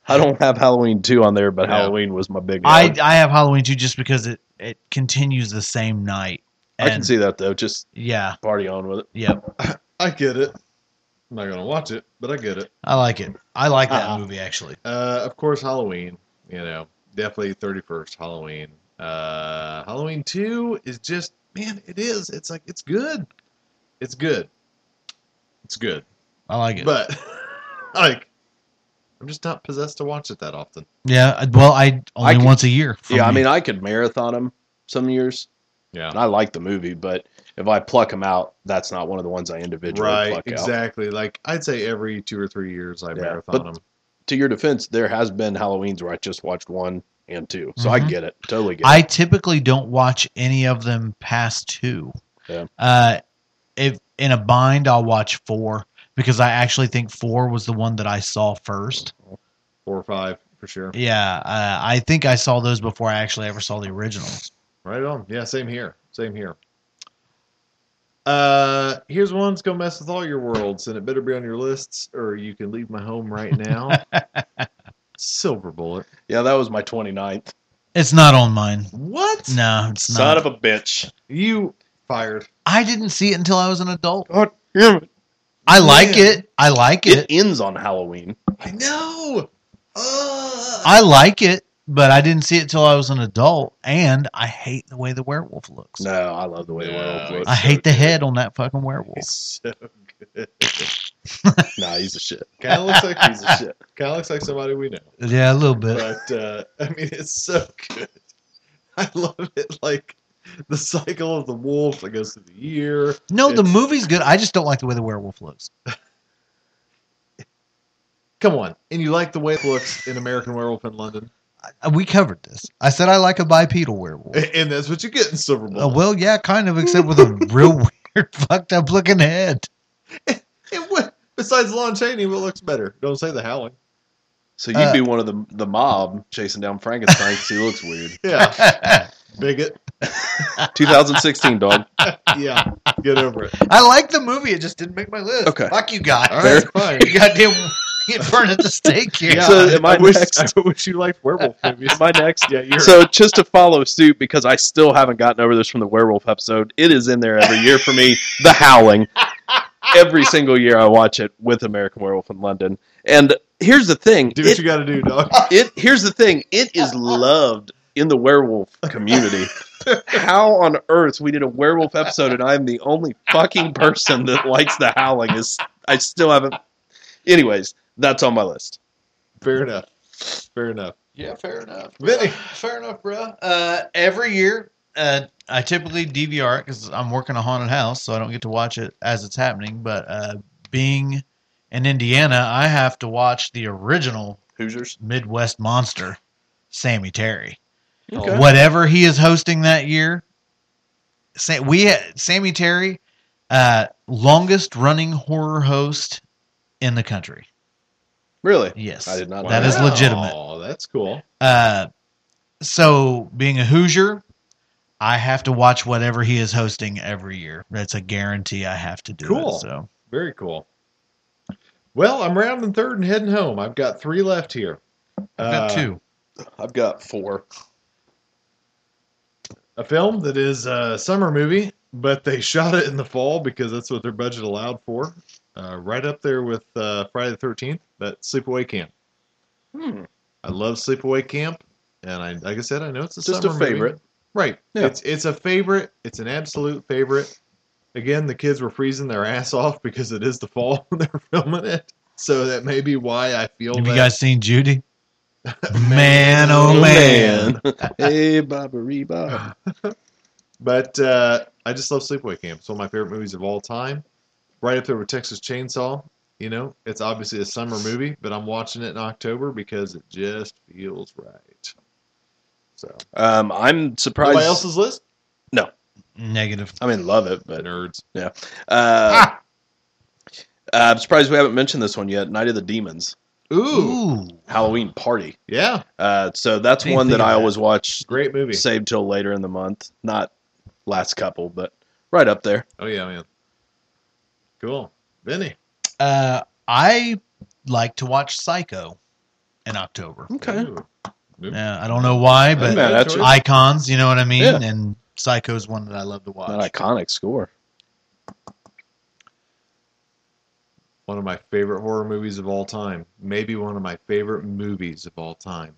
Speaker 8: I don't have Halloween two on there, but
Speaker 5: Yeah.
Speaker 8: Halloween was my big.
Speaker 7: I
Speaker 8: one.
Speaker 7: I have Halloween 2 just because it it continues the same night.
Speaker 8: I can
Speaker 7: And,
Speaker 8: see that though. Just
Speaker 7: Yeah,
Speaker 8: party on with it.
Speaker 7: yeah.
Speaker 5: I get it. I'm not going to watch it, but I get it.
Speaker 7: I like it. I like that
Speaker 8: Uh-uh.
Speaker 7: movie actually.
Speaker 5: Uh, of course, Halloween. You know, definitely 31st Halloween. Uh, Halloween 2 is just, man, it is. It's like, it's good. It's good. It's good.
Speaker 7: I like it.
Speaker 5: But, like, I'm just not possessed to watch it that often.
Speaker 7: yeah, I- well I only
Speaker 8: I can-
Speaker 7: once a year. for
Speaker 8: Yeah, I
Speaker 7: me.
Speaker 8: mean, I could marathon them some years,
Speaker 5: Yeah.
Speaker 8: and I like the movie, but if I pluck them out, that's not one of the ones I individually
Speaker 5: Right,
Speaker 8: pluck out.
Speaker 5: exactly. Like, I'd say every two or three years I
Speaker 8: Yeah,
Speaker 5: marathon
Speaker 8: but-
Speaker 5: them.
Speaker 8: To your defense, there has been Halloweens where I just watched one and two, so
Speaker 7: Mhm.
Speaker 8: I get it, totally get
Speaker 7: I
Speaker 8: it.
Speaker 7: typically don't watch any of them past two.
Speaker 8: Yeah.
Speaker 7: Uh, if in a bind, I'll watch four because I actually think four was the one that I saw first.
Speaker 5: Four or five, for sure.
Speaker 7: Yeah, uh, I think I saw those before I actually ever saw the original.
Speaker 5: Right on. Yeah, same here. Same here. Uh, here's one that's gonna mess with all your worlds, and it better be on your lists, or you can leave my home right now. Silver Bullet.
Speaker 8: Yeah, that was my 29th.
Speaker 7: It's not on mine.
Speaker 5: What?
Speaker 7: No, it's
Speaker 8: Son
Speaker 7: not.
Speaker 8: of a bitch.
Speaker 5: You fired.
Speaker 7: I didn't see it until I was an adult.
Speaker 8: God damn it.
Speaker 7: I like
Speaker 5: Man.
Speaker 7: it. I like
Speaker 8: It
Speaker 7: it.
Speaker 8: ends on Halloween.
Speaker 5: I know. Ugh.
Speaker 7: I like it, but I didn't see it till I was an adult, and I hate the way the werewolf looks.
Speaker 8: No, I love the way the
Speaker 5: No,
Speaker 8: world looks.
Speaker 7: I hate the head on that fucking werewolf.
Speaker 5: He's so good.
Speaker 8: nah, he's a shit.
Speaker 5: Kind of looks like he's a shit. Kind of looks like somebody we know.
Speaker 7: Yeah, a little bit.
Speaker 5: But uh, I mean, it's so good. I love it. Like the cycle of the wolf that goes through the year.
Speaker 7: No, the
Speaker 5: it's-
Speaker 7: movie's good. I just don't like the way the werewolf looks.
Speaker 5: Come on, and you like the way it looks in American Werewolf in London,
Speaker 7: I- We covered this. I said I like a bipedal werewolf.
Speaker 5: and that's what you get in Silver Bullet.
Speaker 7: Uh, well, yeah, kind of, except with a real weird, fucked up looking head.
Speaker 5: And what, besides Lon Chaney, what looks better? Don't say the howling.
Speaker 8: So you'd be one of the the mob chasing down Frankenstein 'cause he looks weird.
Speaker 5: Yeah, bigot.
Speaker 8: 2016, dog.
Speaker 5: Yeah, get over it.
Speaker 7: I like the movie. It just didn't make my list.
Speaker 8: Okay.
Speaker 7: Fuck you guys.
Speaker 5: All right, fine.
Speaker 7: You goddamn get burned at the stake here.
Speaker 5: Yeah,
Speaker 8: So,
Speaker 5: I-
Speaker 8: am
Speaker 5: I,
Speaker 8: I
Speaker 5: wish,
Speaker 8: next?
Speaker 5: I wish you liked werewolf movies.
Speaker 8: Am I next?
Speaker 5: Yeah, you're.
Speaker 8: So just to follow suit, because I still haven't gotten over this from the werewolf episode, it is in there every year for me. The Howling. Every single year I watch it with American Werewolf in London. And here's the thing.
Speaker 5: do what
Speaker 8: it-
Speaker 5: you got to do, dog.
Speaker 8: it here's the thing it is loved in the werewolf community how on earth we did a werewolf episode and i'm the only fucking person that likes the howling is i still haven't anyways that's on my list
Speaker 5: Fair enough. Fair enough.
Speaker 7: Yeah, fair enough.
Speaker 5: Vinny.
Speaker 7: Fair enough, bro. Uh, every year, uh, I typically DVR it because I'm working a haunted house, so I don't get to watch it as it's happening. But uh, being in Indiana, I have to watch the original
Speaker 8: hoosiers
Speaker 7: Midwest monster, Sammy Terry. Whatever he is hosting that year, Sa- we had Sammy Terry, uh, longest running horror host in the country.
Speaker 8: really
Speaker 7: Yes,
Speaker 8: I did not know
Speaker 7: That is
Speaker 8: that.
Speaker 7: legitimate.
Speaker 5: Oh, that's cool.
Speaker 7: Uh, so being a Hoosier, I have to watch whatever he is hosting every year. That's a guarantee. I have to do
Speaker 5: Cool.
Speaker 7: it. So
Speaker 5: Very cool. Well, I'm rounding third and heading home. I've got three left here.
Speaker 7: I've got
Speaker 5: Uh,
Speaker 7: two.
Speaker 8: i've got four
Speaker 5: A film that is a summer movie, but they shot it in the fall because that's what their budget allowed for. Uh, right up there with uh, Friday the 13th, that Sleepaway Camp.
Speaker 8: Hmm.
Speaker 5: I love Sleepaway Camp, and I like I said, I know it's a
Speaker 8: Just
Speaker 5: summer
Speaker 8: a
Speaker 5: movie.
Speaker 8: favorite.
Speaker 5: right?
Speaker 8: Yeah.
Speaker 5: It's it's a favorite. It's an absolute favorite. Again, the kids were freezing their ass off because it is the fall when they're filming it, so that may be why I feel
Speaker 7: Have you
Speaker 5: that.
Speaker 7: guys seen Judy? man, oh man.
Speaker 8: hey baba reba
Speaker 5: But uh, I just love Sleepaway Camp. It's one of my favorite movies of all time. Right up there with Texas Chainsaw. You know, it's obviously a summer movie, but I'm watching it in October because it just feels right. So,
Speaker 8: um i'm surprised
Speaker 5: nobody else's list?
Speaker 7: Negative.
Speaker 8: i mean love it but
Speaker 5: Nerds.
Speaker 8: uh, uh, i'm surprised we haven't mentioned this one yet night of the demons
Speaker 5: Ooh,
Speaker 8: halloween party
Speaker 5: yeah,
Speaker 8: uh so that's
Speaker 7: Didn't
Speaker 8: one
Speaker 7: think
Speaker 8: that
Speaker 7: of
Speaker 8: i
Speaker 7: that.
Speaker 8: always watch
Speaker 5: great movie.
Speaker 8: Saved till later in the month. Not last couple, but right up there.
Speaker 5: Oh yeah, man. Cool, Vinny.
Speaker 7: Uh, I like to watch Psycho in October.
Speaker 5: Ooh.
Speaker 7: Yeah, I don't know why,
Speaker 8: Hey,
Speaker 7: but
Speaker 8: man, that's
Speaker 5: George.
Speaker 7: icons, you know what I mean?
Speaker 8: Yeah.
Speaker 7: And Psycho's one that I love to watch.
Speaker 8: an iconic score.
Speaker 5: One of my favorite horror movies of all time. Maybe one of my favorite movies of all time.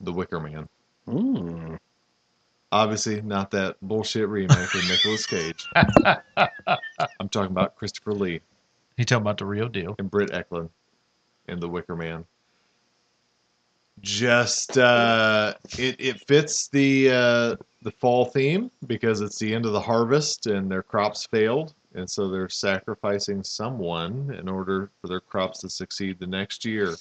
Speaker 5: The Wicker Man.
Speaker 8: Mm.
Speaker 5: Obviously, not that bullshit remake with Nicolas Cage. I'm talking about Christopher Lee
Speaker 7: you talking about the real deal?
Speaker 5: and Britt Eklund and The Wicker Man. Just uh, it it fits the uh, the fall theme because it's the end of the harvest and their crops failed, and so they're sacrificing someone in order for their crops to succeed the next year.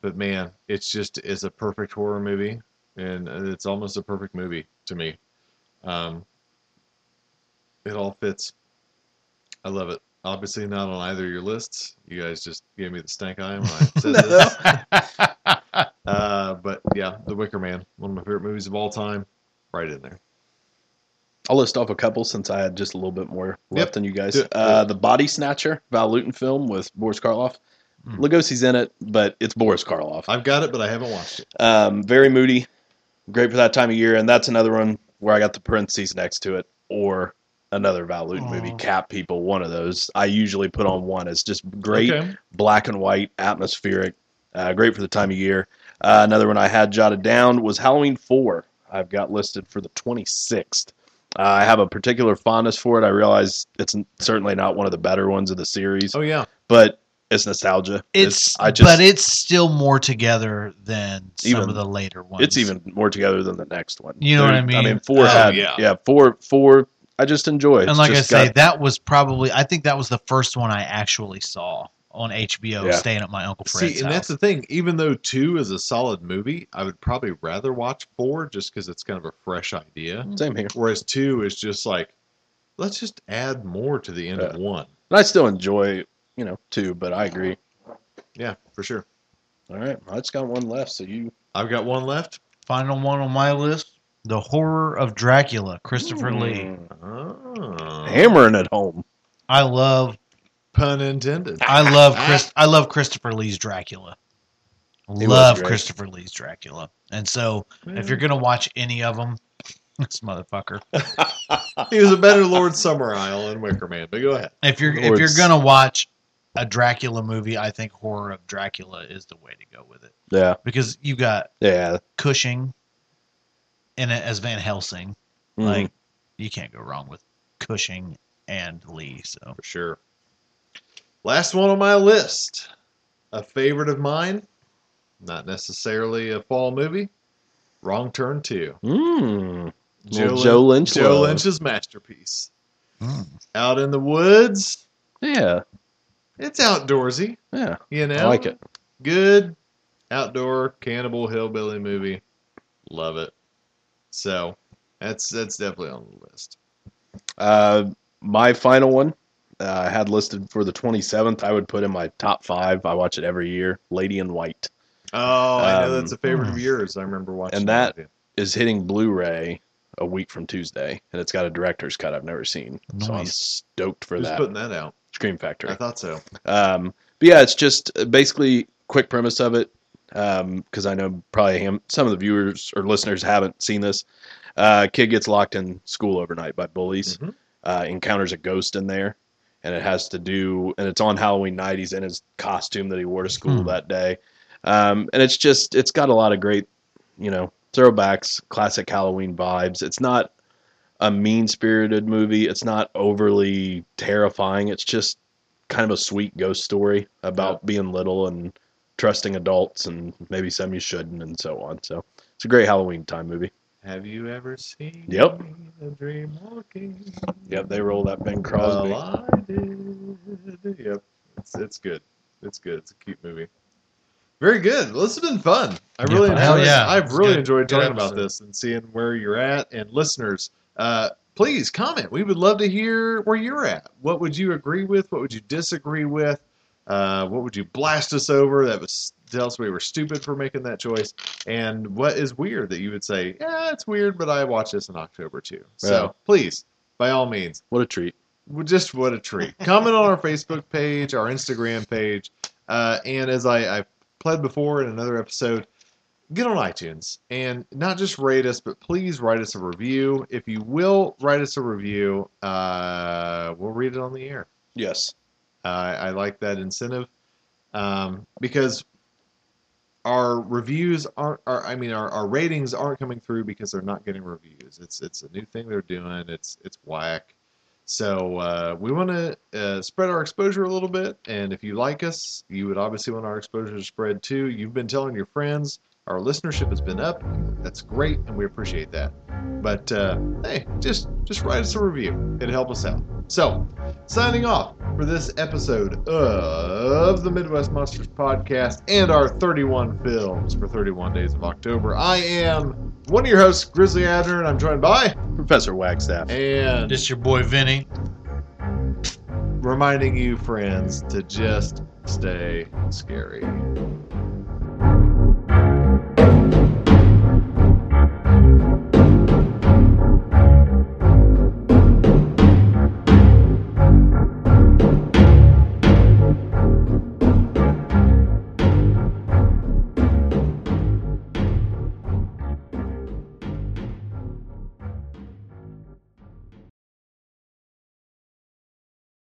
Speaker 5: But man, it's just it's a perfect horror movie, and uh, it's almost a perfect movie to me. Um, it all fits. I love it. Obviously, not on either of your lists. You guys just gave me the stank eye when I said this. Uh, but yeah, The Wicker Man, one of my favorite movies of all time, right in there.
Speaker 8: I'll list off a couple since I had just a little bit more left
Speaker 5: Yep.
Speaker 8: than you guys.
Speaker 5: Do it.
Speaker 8: Uh, the Body Snatcher, Val Luton film with Boris Karloff.
Speaker 7: Hmm.
Speaker 8: Lugosi's in it, but it's Boris Karloff.
Speaker 5: I've got it, but I haven't watched it.
Speaker 8: Um, very moody, great for that time of year, and that's another one where I got the parentheses next to it, or another Val Luton movie,
Speaker 7: Aw.
Speaker 8: Cat People. One of those I usually put on one. It's just great
Speaker 5: Okay.
Speaker 8: black and white, atmospheric, uh, great for the time of year. Uh, another one I had jotted down was Halloween 4. I've got listed for the 26th. Uh, I have a particular fondness for it. I realize it's n- certainly not one of the better ones of the series,
Speaker 5: Oh yeah.
Speaker 8: but it's nostalgia.
Speaker 7: It's,
Speaker 8: I just
Speaker 7: but it's still more together than some
Speaker 8: Even-
Speaker 7: of the later ones.
Speaker 8: it's even more together than the next one.
Speaker 7: You know what I
Speaker 8: I
Speaker 7: mean?
Speaker 8: mean, four
Speaker 7: Oh,
Speaker 8: had yeah.
Speaker 5: yeah.
Speaker 8: four four. I just enjoy. it.
Speaker 7: and
Speaker 8: It's
Speaker 7: like I
Speaker 8: just
Speaker 7: say,
Speaker 8: got-
Speaker 7: that was probably I think that was the first one I actually saw on HBO,
Speaker 8: Yeah.
Speaker 7: staying at my uncle Fred's
Speaker 5: See, and
Speaker 7: house.
Speaker 5: that's the thing. Even though two is a solid movie, I would probably rather watch four just because it's kind of a fresh idea.
Speaker 8: same here.
Speaker 5: Whereas two is just like, let's just add more to the end of one.
Speaker 8: And I still enjoy, you know, two. But I agree.
Speaker 5: Yeah, for sure.
Speaker 8: All right, I just got one left. So you
Speaker 5: I've got one left.
Speaker 7: Final one on my list: The Horror of Dracula, Christopher Lee.
Speaker 8: Mm.
Speaker 5: Oh.
Speaker 8: Hmm, hammering it home.
Speaker 7: I love,
Speaker 5: Pun intended.
Speaker 7: I love Chris, I love Christopher Lee's Dracula.
Speaker 8: was
Speaker 7: Love
Speaker 8: great.
Speaker 7: Christopher Lee's Dracula, and so if you're gonna watch any of them, this motherfucker.
Speaker 5: he was a better Lord Summer Isle in Wicker Man, but go ahead.
Speaker 7: If you're if
Speaker 8: Lords.
Speaker 7: you're gonna watch a Dracula movie, I think Horror of Dracula is the way to go with it
Speaker 8: Yeah,
Speaker 7: because you got
Speaker 8: yeah.
Speaker 7: Cushing in it as Van Helsing.
Speaker 8: Mhm.
Speaker 7: Like you can't go wrong with Cushing and Lee. So
Speaker 5: For sure. Last one on my list. A favorite of mine. Not necessarily a fall movie. Wrong Turn 2.
Speaker 8: Mm. Little
Speaker 5: Lin-
Speaker 8: Joe Lynch
Speaker 5: Joe
Speaker 8: love.
Speaker 5: Lynch's masterpiece. Out in the woods.
Speaker 8: Yeah,
Speaker 5: It's outdoorsy,
Speaker 8: yeah.
Speaker 5: you know.
Speaker 8: I like it.
Speaker 5: Good outdoor cannibal hillbilly movie. Love it. So that's that's definitely on the list.
Speaker 8: Uh, my final one uh, I had listed for the 27th. I would put in my top five. I watch it every year. Lady in White
Speaker 5: Oh, I know
Speaker 8: Um,
Speaker 5: that's a favorite of yours. I remember watching
Speaker 8: and that-
Speaker 5: with you.
Speaker 8: is hitting Blu-ray a week from Tuesday, and it's got a director's cut I've never seen. So I'm
Speaker 7: Nice.
Speaker 8: stoked for
Speaker 5: Who's
Speaker 8: that.
Speaker 5: putting that out?
Speaker 8: Scream Factory.
Speaker 5: I thought so.
Speaker 8: Um, but yeah, it's just uh, basically quick premise of it. Um, because I know probably him, some of the viewers or listeners haven't seen this. Uh, kid gets locked in school overnight by bullies.
Speaker 5: Mhm.
Speaker 8: Uh, encounters a ghost in there, and it has to do. And it's on Halloween night. He's in his costume that he wore to school
Speaker 7: Hmm.
Speaker 8: that day. Um, and it's just it's got a lot of great, you know, throwbacks, classic Halloween vibes. It's not a mean spirited movie. It's not overly terrifying. It's just kind of a sweet ghost story about being little and trusting adults and maybe some you shouldn't and so on. So it's a great Halloween time movie.
Speaker 5: Have you ever seen
Speaker 8: Yep.
Speaker 5: a dream walking?
Speaker 8: Yep, they roll that Ben Crosby.
Speaker 5: Well, I did. Yep. It's, it's good. It's good. It's a cute movie. Very good. Well, this has been fun. I
Speaker 7: Yeah,
Speaker 5: really
Speaker 7: hell
Speaker 5: enjoyed,
Speaker 7: yeah.
Speaker 5: I've
Speaker 7: It's
Speaker 5: really
Speaker 7: good.
Speaker 5: enjoyed
Speaker 7: Good
Speaker 5: talking about
Speaker 7: episode.
Speaker 5: this and seeing where you're at. And listeners, uh, please comment. We would love to hear where you're at. What would you agree with? What would you disagree with? Uh, what would you blast us over? That was tell us we were stupid for making that choice. And what is weird that you would say, yeah, it's weird, but I watched this in October too. So
Speaker 8: Yeah.
Speaker 5: please, by all means,
Speaker 8: What a treat.
Speaker 5: well, just what a treat. Comment on our Facebook page, our Instagram page, uh, and as I, I pled before in another episode, get on iTunes and not just rate us, but please write us a review. If you will write us a review, uh, we'll read it on the air.
Speaker 8: Yes.
Speaker 5: Uh, I like that incentive um, because our reviews aren't. Our, I mean, our, our ratings aren't coming through because they're not getting reviews. It's it's a new thing they're doing. It's it's whack. So uh, we want to uh, spread our exposure a little bit. And if you like us, you would obviously want our exposure to spread too. You've been telling your friends. Our listenership has been up. That's great, and we appreciate that. But uh, hey, just just write us a review. It'd help us out. So signing off for this episode of the Midwest Monsters Podcast and our 31 films for 31 days of October. I am one of your hosts, Grizzly Adner, and I'm joined by
Speaker 8: Professor Wagstaff.
Speaker 5: and
Speaker 7: this your boy Vinny.
Speaker 5: reminding you, friends, to just stay scary.